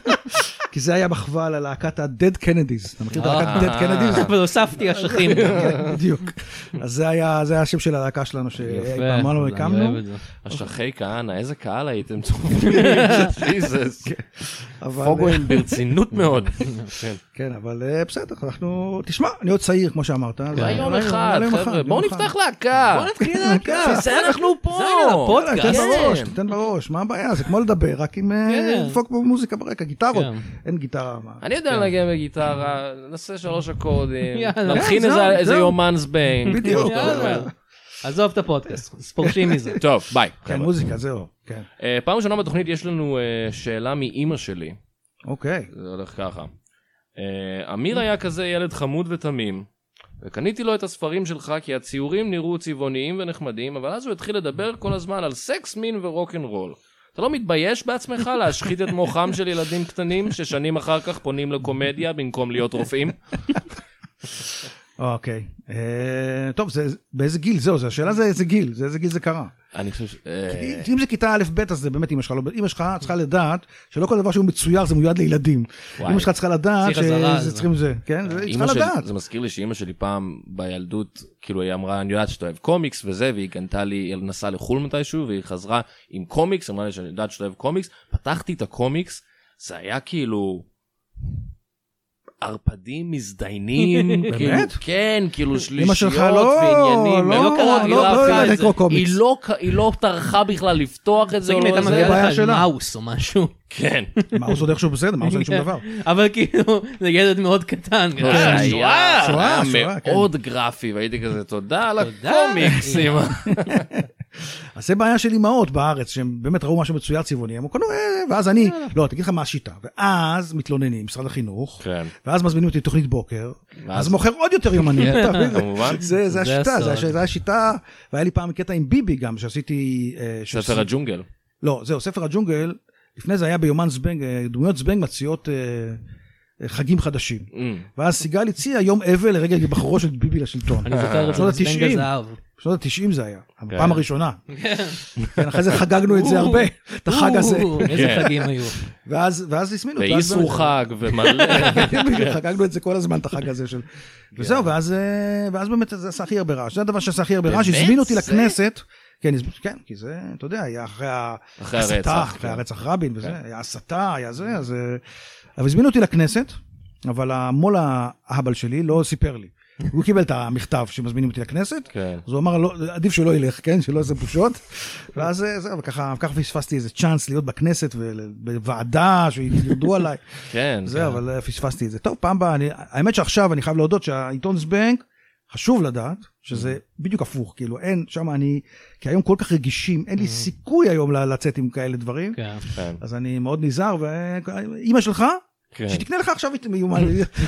S4: כי זה היה מחווה ללהקת ה-Dead Kennedys. אתה מכיר את
S2: אה.
S4: הלהקת Dead Kennedys?
S3: אבל הוספתי אשכים.
S4: אה,
S3: יפה,
S4: בדיוק. אז זה היה זה היה השם של הלהקה שלנו, שאמרנו,
S3: אני אוהב
S4: הקמנו.
S3: את זה.
S2: אשכי כהנא, איזה קהל הייתם צופים. ג'יזוס.
S4: אבל-
S2: פוגויים ברצינות מאוד. כן.
S4: כן, אבל אה, בסדר, אנחנו... תשמע, אני עוד צעיר, כמו שאמרת. אז-
S2: אולי יום
S4: אולי-
S2: כן. אחד,
S4: אולי יום אחד,
S2: חבר'ה,
S4: יום
S2: בואו
S4: אחד.
S2: נפתח
S4: אה,
S2: להקה. בואו נתחיל
S4: כן.
S2: להקה. זה אנחנו פה.
S3: זה הפודקאסט.
S4: תן בראש,
S2: כן.
S4: תתן בראש, מה הבעיה? זה כמו לדבר, רק עם... אה,
S3: כן.
S4: דפוק במוזיקה ברקע, גיטרות.
S3: כן.
S4: אין גיטרה. מה.
S2: אני יודע לנגן בגיטרה, נעשה שלוש אקורדים,
S3: יאללה.
S2: נלחין
S4: כן,
S2: איזה-
S4: זהו,
S2: איזה
S4: זהו.
S2: יומן זבנג.
S4: בדיוק.
S2: כמו שאתה אומר.
S3: יאללה. עזוב את הפודקאסט, אז פורשים מזה.
S2: טוב, ביי.
S4: כן,
S2: חבר'ה.
S4: מוזיקה, זהו. כן.
S2: אה, פעם ראשונה בתוכנית יש לנו אה, שאלה מאימא שלי.
S4: אוקיי.
S2: זה הולך ככה. אה, אמיר היה כזה ילד חמוד ותמים, וקניתי לו את הספרים שלך כי הציורים נראו צבעוניים ונחמדים, אבל אז הוא התחיל לדבר כל הזמן על סקס, מין ורוקנרול. אתה לא מתבייש בעצמך להשחית את מוחם של ילדים קטנים ששנים אחר כך פונים לקומדיה במקום להיות רופאים?
S4: אוקיי. אה, טוב, זה- באיזה גיל? זהו, זה- השאלה זה איזה גיל, זה איזה גיל זה קרה.
S2: אני חושב ש... אה,
S4: אם זה כיתה א' ב' אז זה באמת אמא שלך, לא- אמא שלך צריכה לדעת שלא כל דבר שהוא מצויר זה מיועד לילדים.
S2: וואי.
S4: אמא שלך צריכה לדעת
S3: צריך אזהרה,
S4: שזה
S3: אז-
S4: צריכים זה, כן? זה- היא
S2: אמא
S4: צריכה
S2: שלי-
S4: לדעת.
S2: זה מזכיר לי שאימא שלי פעם בילדות, כאילו היא אמרה, אני יודעת שאתה אוהב קומיקס וזה, והיא קנתה לי, היא נסעה לחו"ל מתישהו, והיא חזרה עם קומיקס, אמרה לי שאני יודעת שאתה אוהב קומיקס, פתחתי את הקומיקס, זה היה כאילו... ערפדים מזדיינים, כאילו, כן, כאילו
S4: אמא
S2: שלישיות
S4: שלך לא,
S2: ועניינים,
S4: לא,
S2: ולא קראתי
S3: לא,
S2: לאף
S3: לא
S2: אחד
S4: יודעת
S2: את
S4: לקרוא
S2: זה.
S4: קומיקס.
S2: היא לא ק- היא לא טרחה בכלל לפתוח את זה,
S3: זה אם
S2: או
S3: הייתה
S2: לא
S4: מביאה
S2: זה,
S4: הבעיה
S3: מביאה לך על
S4: שלה.
S3: מאוס או משהו. כן.
S2: כן,
S4: מה, הוא עוד איכשהו בסדר, מה הוא עושה עם שום דבר?
S3: אבל כאילו, זה ילד מאוד קטן.
S4: כן.
S2: לא, זה היה
S4: שואה,
S2: היה
S4: שואה, כן.
S2: מאוד גרפי, והייתי כזה, תודה על הקומיקס, אמא.
S4: אז זה בעיה של אימהות בארץ, שהם באמת ראו משהו מצויר צבעוני, הם קנו, אה, ואז אני, לא, תגיד לך מה השיטה. ואז מתלוננים, משרד החינוך,
S2: כן.
S4: ואז מזמינים אותי לתוכנית בוקר,
S2: ואז-
S4: אז מוכר עוד יותר יומנים,
S2: כן,
S4: אתה מבין?
S2: כמובן.
S4: זה זה
S3: זה
S4: השיטה, זה
S3: הסוד.
S4: הש- זה השיטה, והיה לי פעם קטע עם ביבי גם, שעשיתי... אה,
S2: ספר
S4: שעשיתי-
S2: הג'ונגל.
S4: לא, זהו, ספר הג'ונגל, לפני זה היה ביומן זבנג, אה, דמויות זבנג מציעות אה, אה, חגים חדשים.
S2: אמ,
S4: ואז סיגל הציע יום אבל לרגל היבחרו של ביבי לשלטון.
S3: אני זוכר את זה
S4: בשנות
S3: בסנג
S4: ה-90.
S3: הזהב.
S4: בשנות ה-90 זה היה,
S2: כן.
S4: הפעם הראשונה. כן, אחרי זה חגגנו את זה הרבה, את החג הזה.
S3: או, איזה
S2: כן.
S3: חגים היו.
S4: ואז ואז הזמינו אותו.
S2: ואיסור חג ומלא.
S4: חגגנו את זה כל הזמן, את החג הזה של...
S2: כן.
S4: וזהו, ואז אה, ואז באמת זה עשה הכי הרבה רעש. זה הדבר שעשה הכי הרבה רעש,
S2: באמת?
S4: הזמינו אותי
S2: זה?
S4: לכנסת. כן, הזמ- כן, כי זה, אתה יודע, היה אחרי
S2: אחרי
S4: ההסתה,
S2: הרצח, כן.
S4: אחרי הרצח רבין וזה, היה הסתה, היה זה, אז... אה, אבל הזמינו אותי לכנסת, אבל המו"ל ההבל שלי לא סיפר לי. הוא קיבל את המכתב שמזמינים אותי לכנסת,
S2: כן.
S4: אז הוא אמר, לא, עדיף שהוא לא ילך, כן? שלא יעשה בושות. ואז אה, זהו, וככה וככה פספסתי איזה צ'אנס להיות בכנסת ובוועדה שירדו עליי.
S2: כן.
S4: זה, אבל אה, פספסתי את זה. טוב, פעם באה, אני- האמת שעכשיו אני חייב להודות שהעיתון זבנג, חשוב לדעת שזה
S2: Mm.
S4: בדיוק הפוך, כאילו אין, שם אני, כי היום כל כך רגישים, אין לי סיכוי היום ל- לצאת עם כאלה דברים,
S3: כן.
S2: Mm. כן.
S4: אז אני מאוד נזהר, ואימא שלך,
S2: כן.
S4: שתקנה לך עכשיו את מיומן,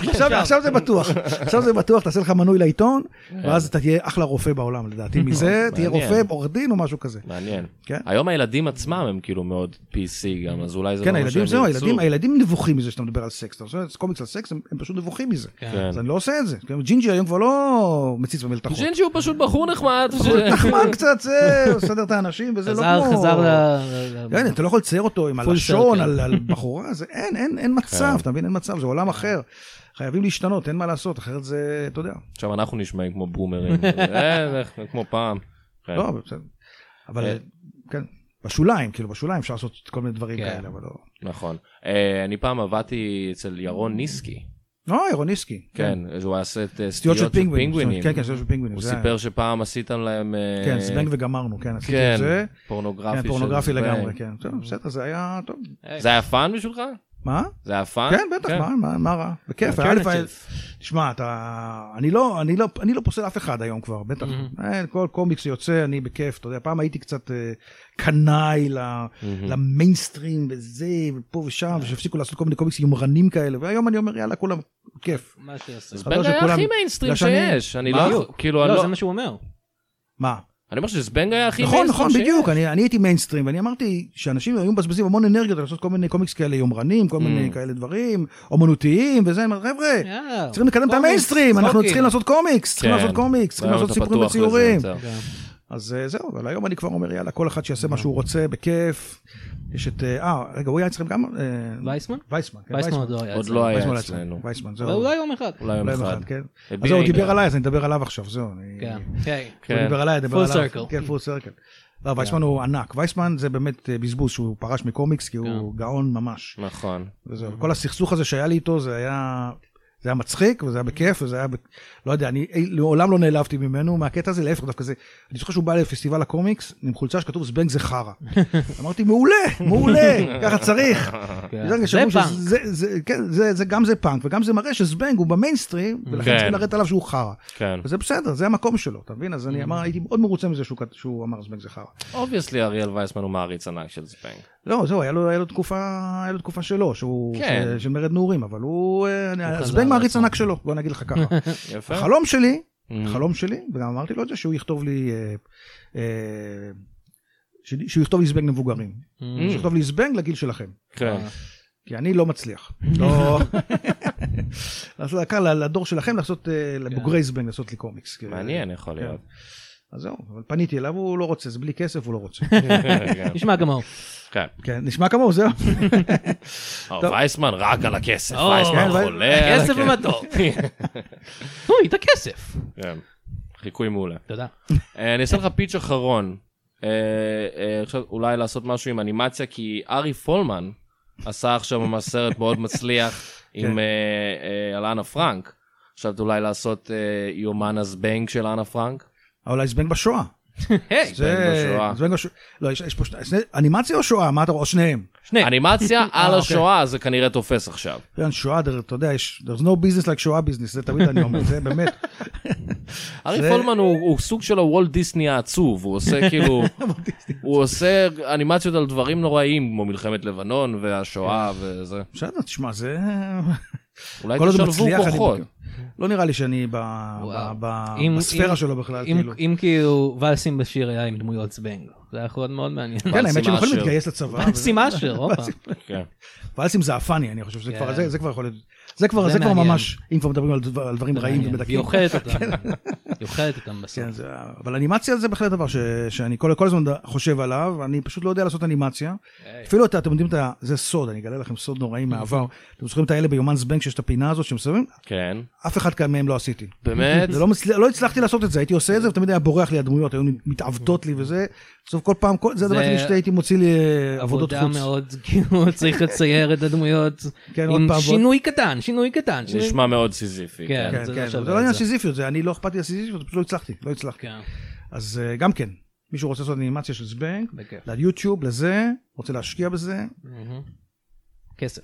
S4: עכשיו עכשיו זה בטוח, עכשיו זה בטוח, תעשה לך מנוי לעיתון, ואז אתה תהיה אחלה רופא בעולם לדעתי, מזה תהיה
S2: כן. מעניין.
S4: רופא, עורך דין או משהו כזה.
S2: מעניין.
S4: כן.
S2: היום הילדים עצמם הם כאילו מאוד PC גם, אז אולי זה
S4: כן,
S2: לא מה
S4: הילדים,
S2: שהם
S4: זהו,
S2: ירצו.
S4: הילדים, הילדים נבוכים מזה שאתה מדבר על סקס, אתה עושה קומיקס על סקס, הם, הם פשוט נבוכים מזה.
S2: כן.
S4: אז אני לא עושה את זה. גם ג'ינג'י היום כבר לא מציץ במלתחות.
S2: ג'ינג'י הוא כן, פשוט בחור נחמד. ש-
S4: נחמן קצת, זה, הוא מסדר את האנשים, וזה לא
S3: חזר,
S4: כמו...
S3: חזר ל... ל-
S4: כן, אתה לא יכול לצייר אותו עם
S3: Full
S4: הלשון,
S3: circle.
S4: על, על בחורה, זה אין, אין, אין
S2: כן.
S4: מצב, אתה מבין? אין מצב, זה עולם אחר. חייבים להשתנות, אין מה לעשות, אחרת זה, אתה יודע.
S2: עכשיו אנחנו נשמעים כמו בומרים. אה, אנחנו כמו פעם. כן.
S4: לא, אבל בסדר.
S2: אה.
S4: אבל, כן, בשוליים, כאילו, בשוליים אפשר לעשות כל מיני דברים
S3: כן.
S4: כאלה, אבל לא...
S2: נכון. אה, אני פעם עבדתי אצל ירון ניסקי.
S4: לא, אירוניסקי.
S2: כן, אז הוא עשה את אה,
S4: סטיות של פינגווינים.
S2: פינגווינים.
S4: כן, כן, סטיות של פינגווינים.
S2: הוא
S4: זה-
S2: סיפר שפעם עשיתם להם... אה,
S4: כן, זבנג וגמרנו, כן, עשיתי
S2: כן,
S4: את זה.
S2: פורנוגרפי.
S4: כן,
S2: של
S4: פורנוגרפי
S2: זבנג.
S4: לגמרי, כן. טוב, בסדר, זה היה טוב.
S2: זה היה פאן בשבילך?
S4: מה?
S2: זה היה פאן?
S4: כן, בטח, מה- מה- מה רע?
S2: כן,
S4: בכיף, היה לי פעמים... תשמע, אתה... אני לא, אני לא, אני לא פוסל אף אחד היום כבר, בטח. אין, כל קומיקס שיוצא, אני בכיף, אתה יודע, פעם הייתי קצת אה, קנאי ל- למיינסטרים וזה, ופה
S2: אה.
S4: ושם, ושהפסיקו לעשות כל מיני קומיקס יומרנים כאלה, והיום אני אומר, יאללה, כולם, כיף.
S3: מה שעושה.
S4: אז-
S2: זבנג
S4: חבר של
S2: היה
S4: כולם-
S2: הכי מיינסטרים
S4: בגלל שאני-
S2: שיש. אני
S3: מה?
S2: לא... כאילו, אני
S3: לא,
S2: לא...
S3: זה מה שהוא אומר.
S4: כן. מה?
S2: אני אומר שזבנג היה הכי
S4: נכון,
S2: מיינסטרים שיש.
S4: נכון, בדיוק, אני, אני הייתי מיינסטרים, ואני אמרתי שאנשים היו מבזבזים המון אנרגיות לעשות כל מיני קומיקס כאלה יומרנים, כל מיני
S2: Mm.
S4: כאלה דברים, אומנותיים, וזה, אני אומר, חבר'ה,
S3: יאללה.
S4: צריכים לקדם את
S3: קומיקס, אוקיי.
S4: המיינסטרים, אנחנו
S3: צחוקים.
S4: צריכים לעשות קומיקס, צריכים
S2: כן.
S4: לעשות קומיקס, צריכים
S2: היום
S4: לעשות
S2: אתה
S4: סיפורים
S2: פתוח לזה
S4: וציורים.
S2: יותר.
S3: כן.
S4: אז אה, זהו, אבל היום אני כבר אומר, יאללה, כל אחד שיעשה מה שהוא רוצה, בכיף. יש את... אה, אה, רגע, הוא היה אצלכם גם? אה,
S3: וייסמן?
S4: וייסמן, כן,
S3: וייסמן עוד לא היה.
S2: עוד
S3: אצלנו.
S2: לא היה
S4: וייסמן היה
S2: אצלנו.
S4: אצלנו. וייסמן,
S3: אבל
S4: זהו.
S3: אולי יום אחד.
S2: אולי יום
S4: אולי יום
S2: אחד.
S4: אחד, כן.
S2: אה,
S4: אז זהו, הוא
S2: בירי
S4: דיבר
S2: גם.
S4: עליי, אז אני אדבר עליו עכשיו, זהו. אני-
S3: כן. היי.
S4: הוא
S2: כן.
S4: דיבר עליי, אני אדבר
S3: Full
S4: עליו.
S3: circle.
S4: כן, פול סרקל. לא, וייסמן הוא ענק. וייסמן זה באמת אה, בזבוז שהוא פרש מקומיקס, כי
S3: כן.
S4: הוא גאון ממש.
S2: נכון.
S4: וזהו, כל הסכסוך הזה שהיה לי איתו, זה היה... זה היה מצחיק, וזה היה בכיף, וזה היה, ב... לא יודע, אני אי- לעולם לא נעלבתי ממנו מהקטע הזה, להפך דווקא זה, אני זוכר שהוא בא לפסטיבל הקומיקס עם חולצה שכתוב זבנג זה חרא. אמרתי, מעולה, מעולה, ככה צריך.
S3: כן.
S4: זה
S3: זה פאנק.
S4: זה, זה, כן, זה, זה גם זה פאנק, וגם זה מראה שזבנג הוא במיינסטרים, ולכן
S2: כן.
S4: צריכים לרדת עליו שהוא חרא.
S2: כן.
S4: וזה בסדר, זה המקום שלו, אתה מבין? אז אני אמר, הייתי מאוד מרוצה מזה שהוא, כת- שהוא אמר זבנג זה חרא.
S2: אובייסלי אריאל וייסמן הוא מעריץ ענק של זבנג.
S4: לא, זהו, היה לו, היה לו תקופה, היה לו תקופה שלו, שהוא,
S2: כן.
S4: ש- של מרד נעורים, אבל הוא, אה, אני-
S3: חזר
S4: זבנג מעריץ
S3: לעצמו.
S4: ענק שלו, בוא נגיד לך ככה.
S2: יפה.
S4: החלום שלי,
S2: Mhm.
S4: החלום שלי, וגם אמרתי לו את זה, שהוא יכתוב לי, אה, אה, ש- שהוא יכתוב לי זבנג למבוגרים.
S3: Mm.
S4: שהוא יכתוב לי זבנג לגיל שלכם.
S2: כן.
S4: כי אני לא מצליח. לא... לעשות לקח לדור שלכם לעשות, אה, לבוגרי זבנג לעשות לי קומיקס. כאילו.
S2: מעניין יכול להיות.
S4: אז זהו, אבל פניתי אליו, הוא לא רוצה, זה בלי כסף, הוא לא רוצה.
S2: כן.
S3: נשמע גמור.
S2: כן.
S4: כן, נשמע כמוהו, זהו.
S2: אה,
S4: טוב.
S2: וייסמן רק על הכסף.
S3: או,
S2: וייסמן
S4: כן, וייס-
S2: חולה. על
S3: הכסף במטור. אוי, את הכסף.
S2: כן. חיקוי מעולה.
S3: תודה.
S2: אה, אני אעשה לך פיץ' אחרון. אה, אה, עכשיו אולי לעשות משהו עם אנימציה, כי ארי פולמן עשה עכשיו ממש סרט מאוד מצליח עם
S4: כן.
S2: אה, אה, על אנה פרנק. עכשיו אולי לעשות אה, יומן הזבנג של אנה פרנק.
S4: אה, אולי זבנג בשואה.
S3: היי,
S4: זה-
S2: בשואה.
S4: זבנג בשואה. לא, יש- יש פה שני- שני- אנימציה או שואה? מה אתה רואה? או שניהם.
S3: שני.
S2: אנימציה על
S4: אוקיי.
S2: השואה זה כנראה תופס עכשיו.
S4: כן, שואה, there- אתה יודע, יש, there's no business like שואה business, זה תמיד אני אומר, זה באמת.
S2: ארי
S4: זה-
S2: פולמן הוא הוא סוג של הוולט דיסני העצוב, הוא עושה כאילו, הוא עושה אנימציות על דברים נוראיים כמו מלחמת לבנון והשואה וזה.
S4: בסדר, תשמע, זה...
S2: אולי
S4: כן. כל עוד הוא
S2: תשלבו
S4: מצליח, אני...
S2: כוחות.
S4: לא נראה לי שאני ב...
S3: וואו.
S4: ב... ב...
S3: אם- אם-
S4: בספירה שלו בכלל,
S3: אם-
S4: כאילו.
S3: אם כאילו ולסים בשיר היה עם דמויות זבנג. זה היה יכול להיות מאוד מעניין.
S4: כן, האמת שהם יכולים
S2: אשר.
S4: להתגייס לצבא. וזה-
S3: ולסים אשר, הופה.
S2: כן.
S4: ואלסים זה הפאני, אני חושב שזה
S3: כן.
S4: כבר, זה, זה כבר יכול להיות, זה כבר,
S3: זה
S4: זה, זה כבר
S3: מעניין.
S4: ממש, אם כבר מדברים על, דבר, על דברים רעים
S3: מעניין. היא
S4: ומדכאים.
S3: אוכלת אותם. היא אוכלת אותם בסוף.
S4: כן, זה, אבל אנימציה זה בהחלט דבר ש, שאני כל, כל הזמן חושב עליו, אני פשוט לא יודע לעשות אנימציה. אפילו אתה, אתם יודעים, את ה- זה סוד, אני אגלה לכם סוד נוראי מהעבר. אתם זוכרים את האלה ביומן זבנג שיש את הפינה הזאת שמסביבים?
S2: כן.
S4: אף אחד כאן מהם לא עשיתי.
S2: באמת?
S4: זה לא, מצל... לא הצלחתי לעשות את זה, הייתי עושה את זה, ותמיד היה בורח לי הדמויות, היו מתעוותות לי וזה, בסוף כל פעם, כל- זה הדבר
S3: זה
S4: היחידי שהייתי מוציא לי אה, עבודות
S3: עבודה
S4: חוץ.
S3: מאוד, כאילו צריך לצייר את הדמויות
S4: כן, עוד
S3: עם
S4: פעם, ועוד-
S3: שינוי קטן, שינוי קטן. שינוי-
S2: נשמע מאוד סיזיפי.
S3: כן.
S4: כן,
S3: זה לא
S4: כן,
S3: שווה
S4: זה
S3: את
S4: לא עניין
S3: זה.
S4: סיזיפיות, זה אני לא אכפת לי הסיזיפיות, פשוט לא הצלחתי, לא הצלחתי.
S3: כן,
S4: אז אה, גם כן, מישהו רוצה לעשות אנימציה של זבנג,
S3: בכיף.
S4: ליוטיוב, לזה, רוצה להשקיע בזה,
S3: מהמם. כסף.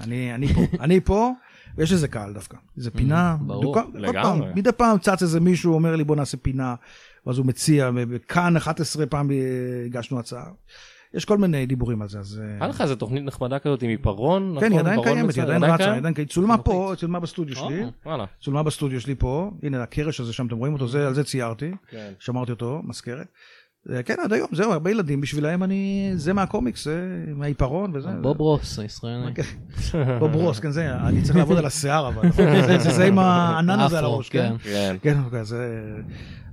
S4: אני אני פה, אני פה, ויש לזה קהל דווקא. זה פינה,
S2: Mm, ברור,
S4: דוקא- כל
S2: לגמרי.
S4: פעם, מדי פעם צץ איזה מישהו, אומר לי בוא נעשה פינה, ואז הוא מציע, בכאן 11 פעם אה, הגשנו הצעה. יש כל מיני דיבורים על זה, אז... אה,
S2: היה לך איזה תוכנית נחמדה כזאת עם עיפרון?
S4: כן,
S2: נכון?
S4: היא עדיין
S2: ברון
S4: קיימת,
S2: מצוין,
S4: היא עדיין רצה,
S2: קיימת?
S4: היא עדיין קיימת. צולמה פה,
S2: אוקיי.
S3: חינוכית.
S4: צולמה בסטודיו
S2: אה.
S4: שלי.
S3: או.
S2: וואלה.
S4: צולמה בסטודיו שלי פה, הנה הקרש הזה שם, אתם רואים אותו, זה, על זה ציירתי,
S2: כן.
S4: שמרתי אותו, מזכרת. אה, כן, עד היום, זהו, הרבה ילדים, בשבילהם אני, זה מהקומיקס, זה מהעיפרון וזה.
S3: בוב רוס הישראלי.
S4: כן. בוב רוס, כן, זה, אני צריך לעבוד על השיער, אבל. זה- זה- זה עם הענן הזה על
S3: האפרו,
S4: הראש, כן.
S2: כן.
S4: כן, אוקיי, זה...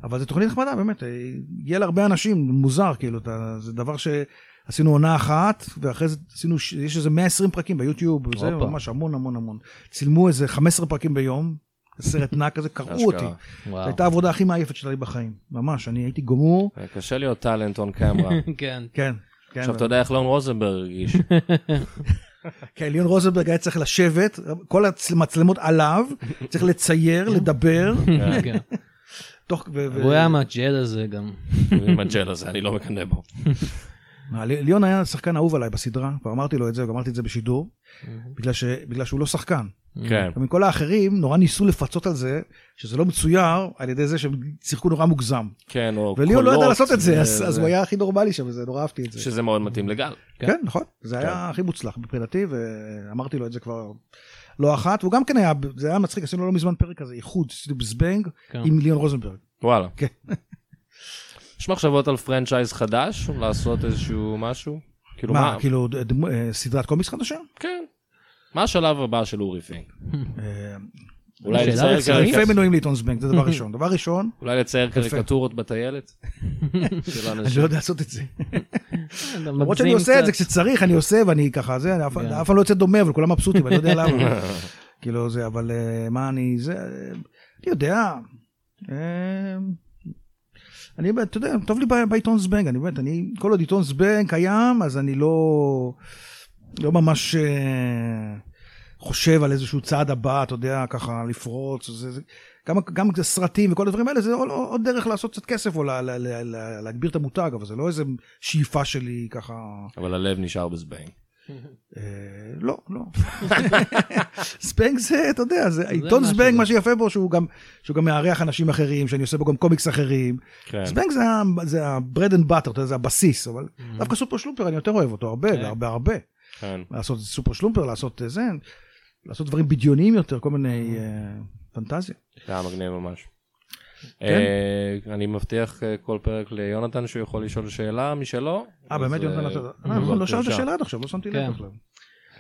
S4: אבל זו תוכנית נחמדה, באמת, אה, הגיעה להרבה אנשים, מוזר, כאילו, אתה- זה דבר שעשינו עונה אחת, ואחרי זה עשינו, ש- יש איזה 120 פרקים ביוטיוב, זה
S2: הופה.
S4: ממש המון המון המון. צילמו איזה 15 פרקים ביום, סרט נע כזה, קרעו אותי.
S2: אשכרה.
S4: זו
S3: כן, וואו.
S4: הייתה העבודה הכי מעייפת שלי בחיים, ממש, אני הייתי גמור,
S2: קשה להיות טאלנט און קמרה.
S3: כן.
S4: כן. כן,
S2: עכשיו אתה יודע איך לון רוזנברג הרגיש.
S4: כן, ליאון רוזנברג היה צריך לשבת, כל הצל- המצלמות עליו, צריך לצייר, לדבר,
S3: כן.
S4: תוך... ו- ו-
S3: הוא היה מהג'ל הזה גם.
S2: עם הג'ל הזה, אני לא מקנא בו.
S4: מה, אה, לי- ליאון היה שחקן אהוב עליי בסדרה, כבר אמרתי לו את זה, גם אמרתי את זה בשידור, בגלל, ש, בגלל שהוא לא שחקן.
S2: כן.
S4: גם כל האחרים נורא ניסו לפצות על זה, שזה לא מצויר, על ידי זה שהם שיחקו נורא מוגזם.
S2: כן, או קולות.
S4: וליאון לא ידע לעשות את זה, אז,
S2: וזה.
S4: אז הוא היה הכי נורמלי שם, וזה, נורא אהבתי את זה.
S2: שזה מאוד מתאים לגל.
S4: כן, נכון, זה היה הכי מוצלח מבחינתי, ואמרתי לו את זה כבר לא אחת, והוא גם כן היה, זה היה מצחיק, עשינו לא מזמן פרק כזה, איחוד, עשינו בזבנג,
S3: כן.
S4: עם ליאון רוזנברג.
S2: וואלה.
S4: כן.
S2: יש מחשבות על פרנצ'ייז חדש? לעשות איזשהו משהו? כאילו
S4: מה,
S2: מה?
S4: כאילו, דמו- אה, סדרת קומיקס חדשה?
S2: כן. מה השלב הבא של אורי פינק?
S4: אה,
S2: אולי
S3: שאלה
S2: לצייר
S3: רצינית.
S2: קריקט-
S4: אלפי מנויים לעיתון זבנג, זה דבר ראשון. דבר ראשון,
S2: אולי לצייר קריקטורות בטיילת? של
S4: אני
S2: אנשים.
S4: לא יודע לעשות את זה.
S3: אתה
S4: למרות שאני
S3: מגזים
S4: עושה את זה
S3: קצת.
S4: כשצריך, אני עושה ואני ככה, זה, אני אף
S3: כן.
S4: אף פעם לא יוצא דומה, אבל כולם מבסוטים, אני לא יודע למה. כאילו זה, אבל אה, מה אני, זה, אה, אני יודע. אה, אני, באמת, אתה יודע, טוב לי ב- בעיתון זבנג, אני באמת, אני, כל עוד עיתון זבנג קיים, אז אני לא, לא ממש אה, חושב על איזשהו צעד הבא, אתה יודע, ככה לפרוץ, זה, זה, גם, גם סרטים וכל הדברים האלה, זה עוד, עוד דרך לעשות קצת כסף או לה, לה, לה, לה, להגביר את המותג, אבל זה לא איזה שאיפה שלי ככה.
S2: אבל הלב נשאר בזבנג.
S4: אה, לא, לא. זבנג זה, אתה יודע, זה עיתון
S3: מה
S4: זבנג,
S3: שזה.
S4: מה שיפה בו שהוא גם, שהוא גם מארח אנשים אחרים, שאני עושה בו גם קומיקס אחרים.
S2: כן.
S4: זבנג זה ה- זה ה-bread and butter, אתה יודע, זה הבסיס, אבל דווקא סופר שלופר, אני יותר אוהב אותו, הרבה,
S3: כן.
S4: הרבה, הרבה.
S2: כן.
S4: לעשות סופר שלומפר, לעשות אה, זה, לעשות דברים בדיוניים יותר, כל מיני אה, פנטזיה.
S2: זה היה מגניב ממש. אה, אני מבטיח אה, כל פרק ליונתן שהוא יכול לשאול שאלה משלו.
S4: אה,
S2: אז,
S4: באמת, יונתן,
S2: אה,
S4: לא שאלת-
S2: אה,
S4: אה, נכון, לא
S2: אפשר.
S4: שאלת שאלה עד עכשיו, לא שמתי
S3: כן.
S4: לב בכלל.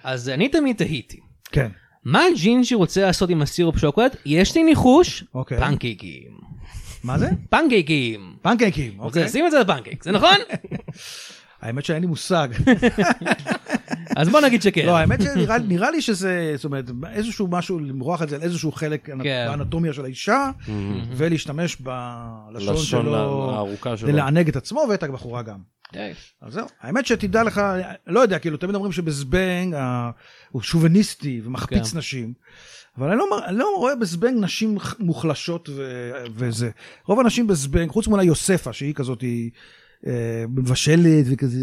S3: אז אני תמיד תהיתי.
S4: כן,
S3: מה ג'ינג'י רוצה לעשות עם הסירופ שוקולד? יש לי ניחוש,
S4: אוקיי.
S3: פנקייקים.
S4: מה זה?
S3: פנקייקים.
S4: פנקייקים,
S3: רוצה
S4: אוקיי.
S3: לשים את זה על פנקייק, זה נכון?
S4: האמת שאין לי מושג.
S3: אז בוא נגיד שכן.
S4: לא, האמת שנראה נראה לי שזה, זאת אומרת, איזשהו משהו, למרוח את זה על איזשהו חלק אנ-
S3: כן.
S4: באנטומיה של האישה, ולהשתמש בלשון
S2: לשון ל-
S4: שלו,
S2: הארוכה שלו.
S4: לענג את עצמו ואת הבחורה גם.
S3: די.
S4: אז זהו. האמת שתדע לך, לא יודע, כאילו, תמיד אומרים שבזבנג אה, הוא שוביניסטי ומחפיץ
S3: כן.
S4: נשים, אבל אני לא, מ- אני לא רואה בזבנג נשים ח- מוחלשות ו, וזה. רוב הנשים בזבנג, חוץ מאולי יוספה, שהיא כזאת היא, אה, מבשלת וכזה,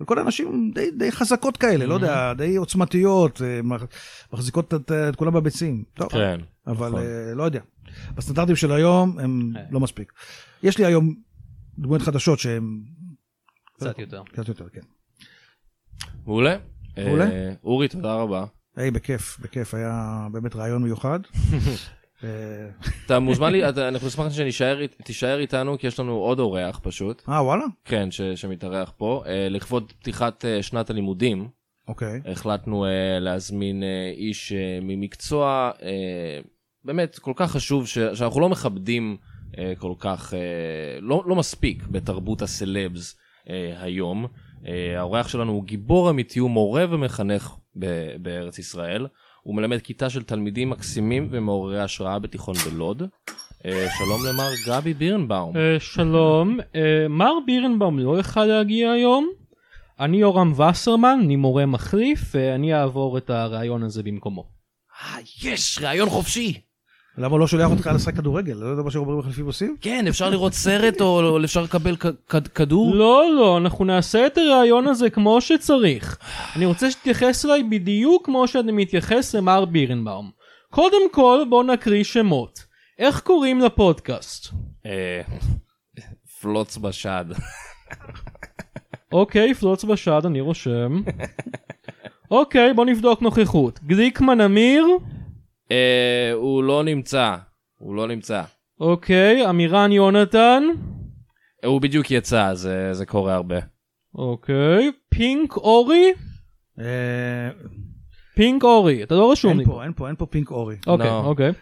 S4: אבל כל הנשים די, די חזקות כאלה,
S2: Mm-hmm.
S4: לא יודע, די עוצמתיות, אה, מח- מחזיקות את, את כולם בביצים. טוב,
S2: כן.
S4: אבל
S2: נכון. כן.
S4: אה, לא יודע. בסטנדרטים של היום הם
S3: אה.
S4: לא מספיק. יש לי היום דמויות חדשות שהן...
S3: קצת יותר.
S4: קצת יותר, כן.
S2: מעולה.
S4: מעולה.
S2: אה, אורי, תודה רבה.
S4: היי, בכיף, בכיף, היה באמת רעיון מיוחד. אה,
S2: אתה מוזמן לי, אתה- אנחנו נשמח שתישאר איתנו, כי יש לנו עוד אורח פשוט,
S4: אה, וואלה?
S2: כן, ש- שמתארח פה. אה, לכבוד פתיחת אה, שנת הלימודים,
S4: אוקיי.
S2: החלטנו אה, להזמין אה, איש אה, ממקצוע אה, באמת כל כך חשוב, ש- שאנחנו לא מכבדים אה, כל כך, אה, לא לא מספיק בתרבות הסלבס אה, היום. אה, האורח שלנו הוא גיבור אמיתי, הוא מורה ומחנך ב- בארץ ישראל. הוא מלמד כיתה של תלמידים מקסימים ומעוררי השראה בתיכון בלוד. אה, שלום למר גבי בירנבאום.
S3: אה, שלום, אה, מר בירנבאום לא יכל להגיע היום. אני יורם וסרמן, אני מורה מחליף, אה, אני אעבור את הראיון הזה במקומו.
S2: אה, יש, ראיון חופשי.
S4: למה הוא לא שולח אותך לשחק כדורגל? לא יודע מה שרוברים מחליפים עושים?
S2: כן, אפשר לראות סרט או אפשר לקבל כ- כ- כדור?
S3: לא, לא, אנחנו נעשה את הראיון הזה כמו שצריך. אני רוצה שתתייחס אליי בדיוק כמו שאני מתייחס למר בירנבאום. קודם כל, בוא נקריא שמות. איך קוראים לפודקאסט?
S2: אה, פלוץ בשד.
S3: אוקיי, פלוץ בשד, אני רושם. אוקיי, בוא נבדוק נוכחות. גליקמן אמיר?
S2: אה, הוא לא נמצא, הוא לא נמצא.
S3: אוקיי, עמירן יונתן?
S2: אה, הוא בדיוק יצא, זה, זה קורה הרבה.
S3: אוקיי, פינק אורי?
S4: אה,
S3: פינק אורי, אתה לא רשום לי.
S4: אין פה, אין פה, אין פה פינק אורי.
S3: אוקיי,
S2: לא.
S3: אוקיי.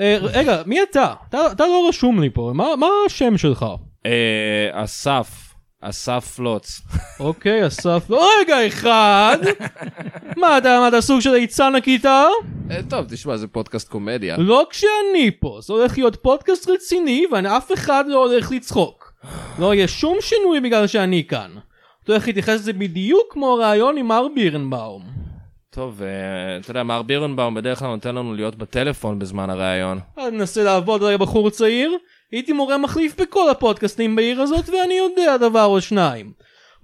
S3: אה, רגע, מי אתה? אתה אתה לא רשום לי פה, מה- מה השם שלך?
S2: אה, אסף, אסף פלוץ.
S3: אוקיי, אסף, לא רגע אחד! מה אתה, מה אתה סוג של ליצן הכיתה?
S2: אה, טוב, תשמע, זה פודקאסט קומדיה.
S3: לא כשאני פה, זה הולך להיות פודקאסט רציני ואף אחד לא הולך לצחוק. לא יהיה שום שינוי בגלל שאני כאן. אתה הולך להתייחס לזה בדיוק כמו הרעיון עם מר בירנבאום.
S2: טוב, אה, אתה יודע, מר בירנבאום בדרך כלל נותן לנו להיות בטלפון בזמן הראיון.
S3: אני מנסה לעבוד על בחור צעיר, הייתי מורה מחליף בכל הפודקאסטים בעיר הזאת ואני יודע דבר או שניים.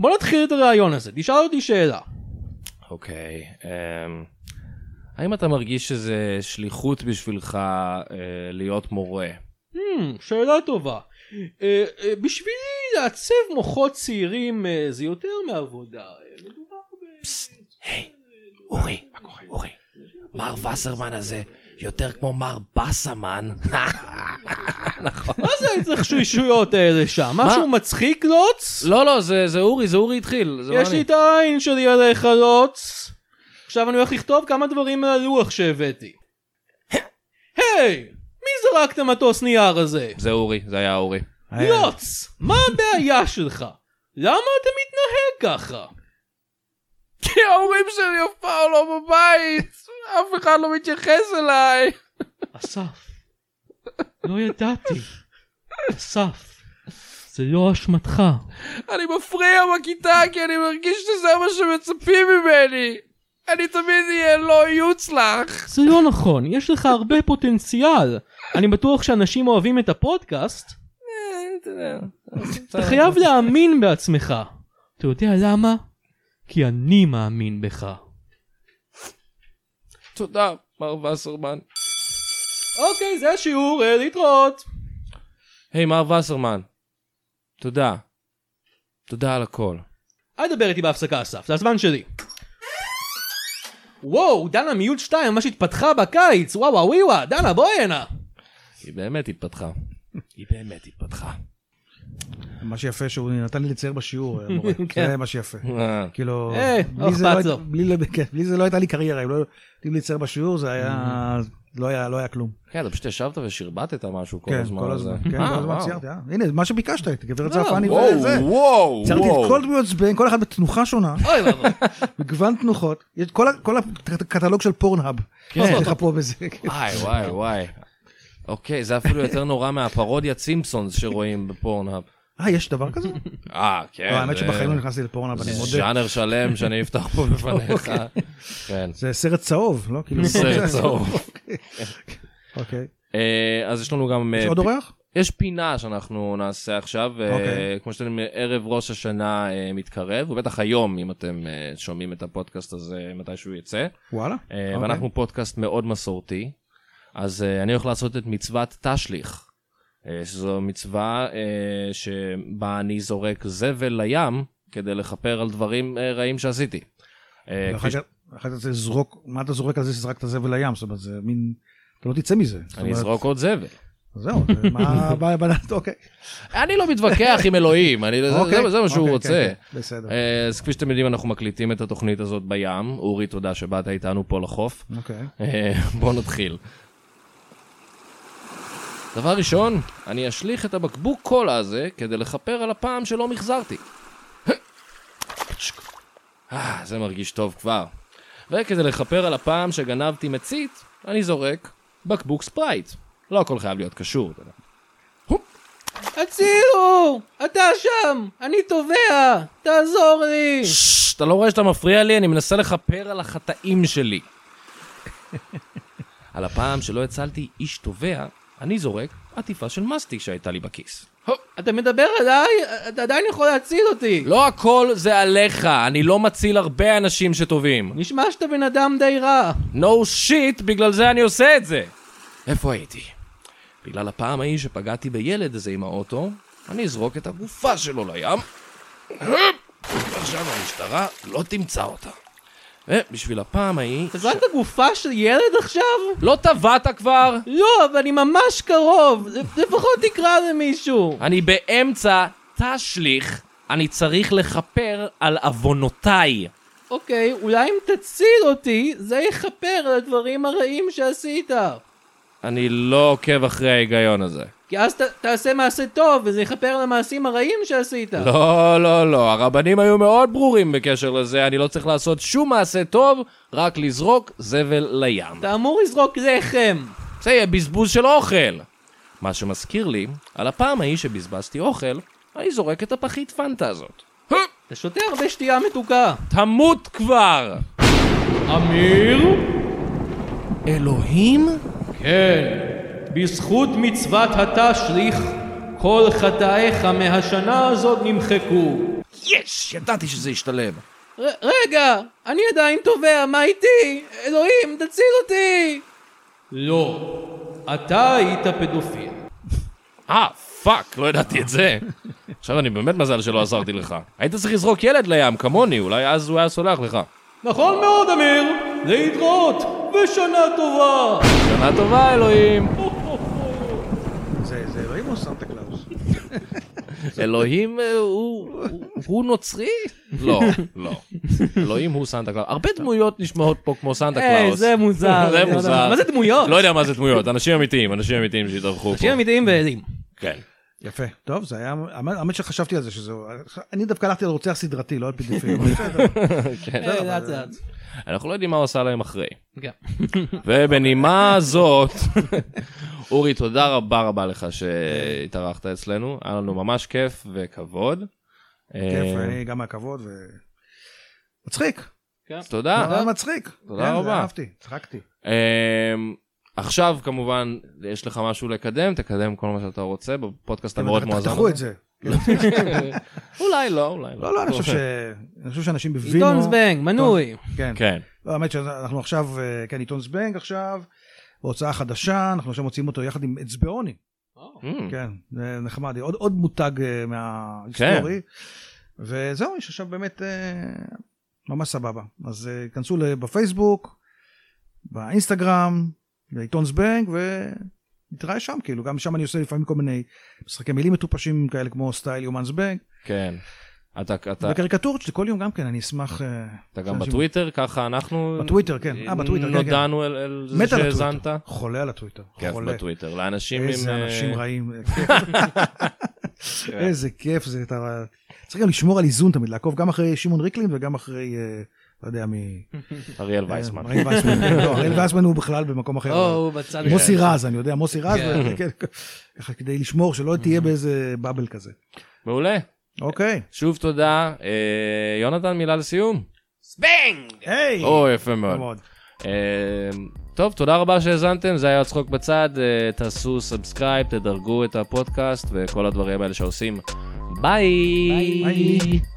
S3: בוא נתחיל את הרעיון הזה, תשאל אותי שאלה.
S2: אוקיי, אמ, האם אתה מרגיש שזה שליחות בשבילך אה, להיות מורה?
S3: Hmm, שאלה טובה. אה, אה, בשבילי לעצב מוחות צעירים אה, זה יותר מעבודה. אה, מדובר ב...
S2: אורי, מה קורה? אורי, מר וסרמן הזה יותר כמו מר בסמן.
S3: מה זה ההתרחשויות האלה שם? משהו מצחיק לוץ?
S2: לא, לא, זה זה אורי, זה אורי התחיל. זה לא
S3: יש
S2: אני.
S3: לי את העין שלי עליך לוץ. עכשיו אני הולך לכתוב כמה דברים על הלוח שהבאתי. היי! מי זרק את המטוס נייר הזה?
S2: זה אורי, זה היה אורי.
S4: אה,
S2: לא!
S3: לוץ! מה הבעיה שלך? למה אתה מתנהג ככה?
S2: כי ההורים שלי אף פעם לא בבית, אף אחד לא מתייחס אליי.
S3: אסף, לא ידעתי. אסף, זה לא אשמתך.
S2: אני מפריע בכיתה כי אני מרגיש שזה מה שמצפים ממני. אני תמיד אהיה לא יוצלח.
S3: זה לא נכון, יש לך הרבה פוטנציאל. אני בטוח שאנשים אוהבים את הפודקאסט. אתה חייב להאמין בעצמך. אתה יודע למה? כי אני מאמין בך.
S2: תודה, מר וסרמן.
S3: אוקיי, זה השיעור, אה, להתראות.
S2: היי, מר וסרמן. תודה. תודה על הכל.
S3: אל תדבר איתי בהפסקה אסף, זה הזמן שלי. וואו, דנה מיוד 2 ממש התפתחה בקיץ, וואו וואו וואו, דנה בואי הנה.
S2: היא באמת התפתחה. היא באמת התפתחה.
S4: מה שיפה שהוא נתן לי לצייר בשיעור, המורה. זה מה שיפה.
S2: כן. אה,
S4: כאילו,
S3: אה, לא
S4: בלי זה לא
S3: אכפת
S4: היית-
S3: לו.
S4: בלי לא- כן, בלי זה לא הייתה לי קריירה, אם לא הייתי לצייר בשיעור זה היה, לא היה לא היה כלום.
S2: כן, אתה פשוט ישבת ושרבטת משהו כל
S4: כן,
S2: הזמן.
S4: כל
S2: הזה.
S4: הזמן, כן,
S2: אה,
S4: כל הזמן
S2: וואו. לא,
S4: ציירתי, אה. הנה, מה שביקשת, את גברת
S3: וואו,
S4: צרפני
S2: וואו,
S4: וזה.
S2: וואו,
S4: ציירתי
S2: וואו.
S4: את כל דמויות זבנג, כל אחת בתנוחה שונה,
S3: אוי ואבוי.
S4: מגוון תנוחות, יש כל ה- כל הקטלוג של פורנהאב. יש לך פה בזה.
S2: וואי, וואי, וואי. אוקיי, זה אפילו יותר נורא מהפרודיה צימפסונס שרואים בפורנהאב.
S4: אה, יש דבר כזה?
S2: אה, כן.
S4: לא, האמת
S2: זה-
S4: שבחיים לא נכנסתי לפורנהאב, אני
S2: זה
S4: מודה. אוקיי.
S2: ז'אנר שלם שאני אפתח פה בפניך. כן.
S4: זה סרט צהוב, לא? כאילו,
S2: סרט צהוב.
S4: אוקיי.
S2: אה, אז יש לנו גם...
S4: יש
S2: אה,
S4: עוד
S2: פ-
S4: אורח?
S2: יש פינה שאנחנו נעשה עכשיו, אה,
S4: אוקיי.
S2: כמו שאתם יודעים, ערב ראש השנה אה, מתקרב, ובטח היום, אם אתם אה, שומעים את הפודקאסט הזה, מתי שהוא יצא.
S4: וואלה.
S2: אה,
S4: אוקיי.
S2: ואנחנו פודקאסט מאוד מסורתי, אז אה, אני הולך לעשות את מצוות תשליך, אה, שזו מצווה אה, שבה אני זורק זבל לים כדי לכפר על דברים אה, רעים שעשיתי. אה, כפי
S4: ואחר
S2: ש-
S4: כך- אחר כך זה זרוק, מה אתה זורק על זה שזרקת זבל לים? זאת אומרת, זה מין, אתה לא תצא מזה. זאת
S2: אני
S4: אומרת,
S2: אזרוק עוד זבל.
S4: זהו, זה- מה, מה- מה- אוקיי.
S2: אני לא מתווכח עם אלוהים, אני- זה-
S4: אוקיי,
S2: זה- זה מה שהוא
S4: אוקיי,
S2: רוצה.
S4: כן, כן, בסדר.
S2: אה, אז כפי שאתם יודעים, אנחנו מקליטים את התוכנית הזאת בים. אורי, תודה שבאת איתנו פה לחוף.
S4: אוקיי.
S2: אה, בואו נתחיל. דבר ראשון, אני אשליך את הבקבוק קולה הזה כדי לכפר על הפעם שלא מחזרתי. אה, זה מרגיש טוב כבר. וכדי לכפר על הפעם שגנבתי מצית, אני זורק בקבוק ספרייט. לא הכל חייב להיות קשור. אתה יודע.
S3: הצילו! אתה שם! אני תובע! תעזור לי!
S2: ששש, אתה לא רואה שאתה מפריע לי? אני מנסה לכפר על החטאים שלי. על הפעם שלא הצלתי איש תובע, אני זורק עטיפה של מסטיק שהייתה לי בכיס.
S3: אתה מדבר עליי? אתה עדיין יכול להציל אותי!
S2: לא הכל זה עליך, אני לא מציל הרבה אנשים שטובים.
S3: נשמע שאתה בן אדם די רע.
S2: No shit, בגלל זה אני עושה את זה. איפה הייתי? בגלל הפעם ההיא שפגעתי בילד הזה עם האוטו, אני אזרוק את הגופה שלו לים. עכשיו המשטרה לא תמצא אותה. ובשביל הפעם ההיא...
S3: אתה זרקת גופה של ילד עכשיו?
S2: לא טבעת כבר?
S3: לא, אבל אני ממש קרוב! לפחות תקרא למישהו!
S2: אני באמצע תשליך, אני צריך לכפר על עוונותיי.
S3: אוקיי, אולי אם תציל אותי, זה יכפר על הדברים הרעים שעשית.
S2: אני לא עוקב אחרי ההיגיון הזה.
S3: כי אז ת, תעשה מעשה טוב, וזה יכפר על המעשים הרעים שעשית.
S2: לא, לא, לא, הרבנים היו מאוד ברורים בקשר לזה, אני לא צריך לעשות שום מעשה טוב, רק לזרוק זבל לים.
S3: אתה אמור לזרוק לחם.
S2: זה יהיה בזבוז של אוכל! מה שמזכיר לי, על הפעם ההיא שבזבזתי אוכל, אני זורק את הפחית פנטה הזאת.
S3: אתה שותה הרבה שתייה מתוקה.
S2: תמות כבר!
S3: אמיר?
S2: אלוהים?
S3: כן. בזכות מצוות התשליך, כל חטאיך מהשנה הזאת נמחקו.
S2: יש! ידעתי שזה ישתלב.
S3: ר- רגע, אני עדיין תובע, מה איתי? אלוהים, תציל אותי! לא, אתה היית פדופיל.
S2: אה, פאק, לא ידעתי את זה. עכשיו אני באמת מזל שלא עזרתי לך. היית צריך לזרוק ילד לים, כמוני, אולי אז הוא היה סולח לך.
S3: נכון מאוד, אמיר! להתראות, ושנה טובה!
S2: שנה טובה, אלוהים.
S4: זה זה אלוהים או סנטה קלאוס?
S2: אלוהים אה, הוא- הוא- הוא נוצרי? לא, לא. אלוהים הוא סנטה קלאוס. הרבה דמויות נשמעות פה כמו סנטה
S3: היי,
S2: קלאוס.
S3: אה, זה מוזר.
S2: זה
S3: אני לא
S2: מוזר.
S3: יודע. מה זה דמויות?
S2: לא יודע מה זה דמויות, אנשים אמיתיים, אנשים אמיתיים שהתארחו פה.
S3: אנשים אמיתיים ועדים.
S2: כן.
S4: יפה. טוב, זה היה, האמת- האמת שחשבתי על זה שזה, אני דווקא הלכתי על רוצח סדרתי, לא על פדופיל. אבל בסדר.
S3: אה, לאט לאט.
S2: אנחנו לא יודעים מה הוא עשה להם אחרי.
S3: כן.
S2: ובנימה זאת, אורי, תודה רבה רבה לך שהתארחת אצלנו, היה לנו ממש כיף וכבוד.
S4: כיף,
S2: אה,
S4: אני גם מהכבוד ו... מצחיק,
S2: אז תודה.
S4: אבל מצחיק.
S2: אה, תודה
S4: כן, זה
S2: רבה.
S4: אהבתי, צחקתי.
S2: אמ, עכשיו כמובן יש לך משהו לקדם, תקדם כל מה שאתה רוצה בפודקאסט המאוד מואזן.
S4: תחתכו את
S2: הזה.
S4: זה.
S2: אולי לא, אולי לא.
S4: לא, לא, אני חושב ש- אני חושב שאנשים בווינו...
S3: אה, עיתון זבנג, מנוי.
S4: כן.
S2: כן,
S4: לא, האמת שאנחנו עכשיו, אה, כן, עיתון זבנג עכשיו, בהוצאה חדשה, אנחנו עכשיו מוציאים אותו יחד עם אצבעוני.
S2: אמ,
S4: כן, זה נחמד, עוד, עוד מותג אה, מההיסטורי.
S2: כן.
S4: וזהו, יש עכשיו באמת אה, ממש סבבה. אז אה, כנסו ל- בפייסבוק, באינסטגרם, בעיתון זבנג, ונתראה שם, כאילו, גם שם אני עושה לפעמים כל מיני משחקי מילים מטופשים כאלה, כמו סטייל יומן זבנג,
S2: כן. אתה אתה-
S4: וקריקטורות שלי כל יום גם כן, אני אשמח... אה,
S2: אתה גם
S4: שאנשים-
S2: בטוויטר, ככה אנחנו...
S4: בטוויטר, כן. אה, בטוויטר, כן, כן.
S2: נודענו אל- אל זה
S4: מת על
S2: שהאזנת.
S4: הטוויטר. חולה על הטוויטר.
S2: כיף
S4: חולה.
S2: בטוויטר, לאנשים עם...
S4: איזה
S2: אה,
S4: אנשים רעים. כן. איזה כיף זה, אתה... צריך גם לשמור על איזון תמיד, לעקוב גם אחרי שמעון ריקלין וגם אחרי, אה, לא יודע, מ...
S2: אריאל וייסמן.
S4: אריאל וייסמן, כן, לא, אריאל וייסמן הוא בכלל במקום אחר.
S3: או, הוא בצד.
S4: מוסי רז, אני יודע, מוסי רז,
S3: כן.
S4: ו- כן, ככה כדי לשמור שלא תהיה באיזה באבל כזה.
S2: מעולה.
S4: אוקיי.
S2: שוב תודה. אה, יונתן, מילה לסיום.
S4: היי!
S2: או, יפה מאוד.
S4: מאוד.
S2: אה, טוב, תודה רבה שהאזנתם, זה היה צחוק בצד. אה, תעשו סאבסקרייב, תדרגו את הפודקאסט וכל הדברים האלה שעושים. ביי!
S4: ביי.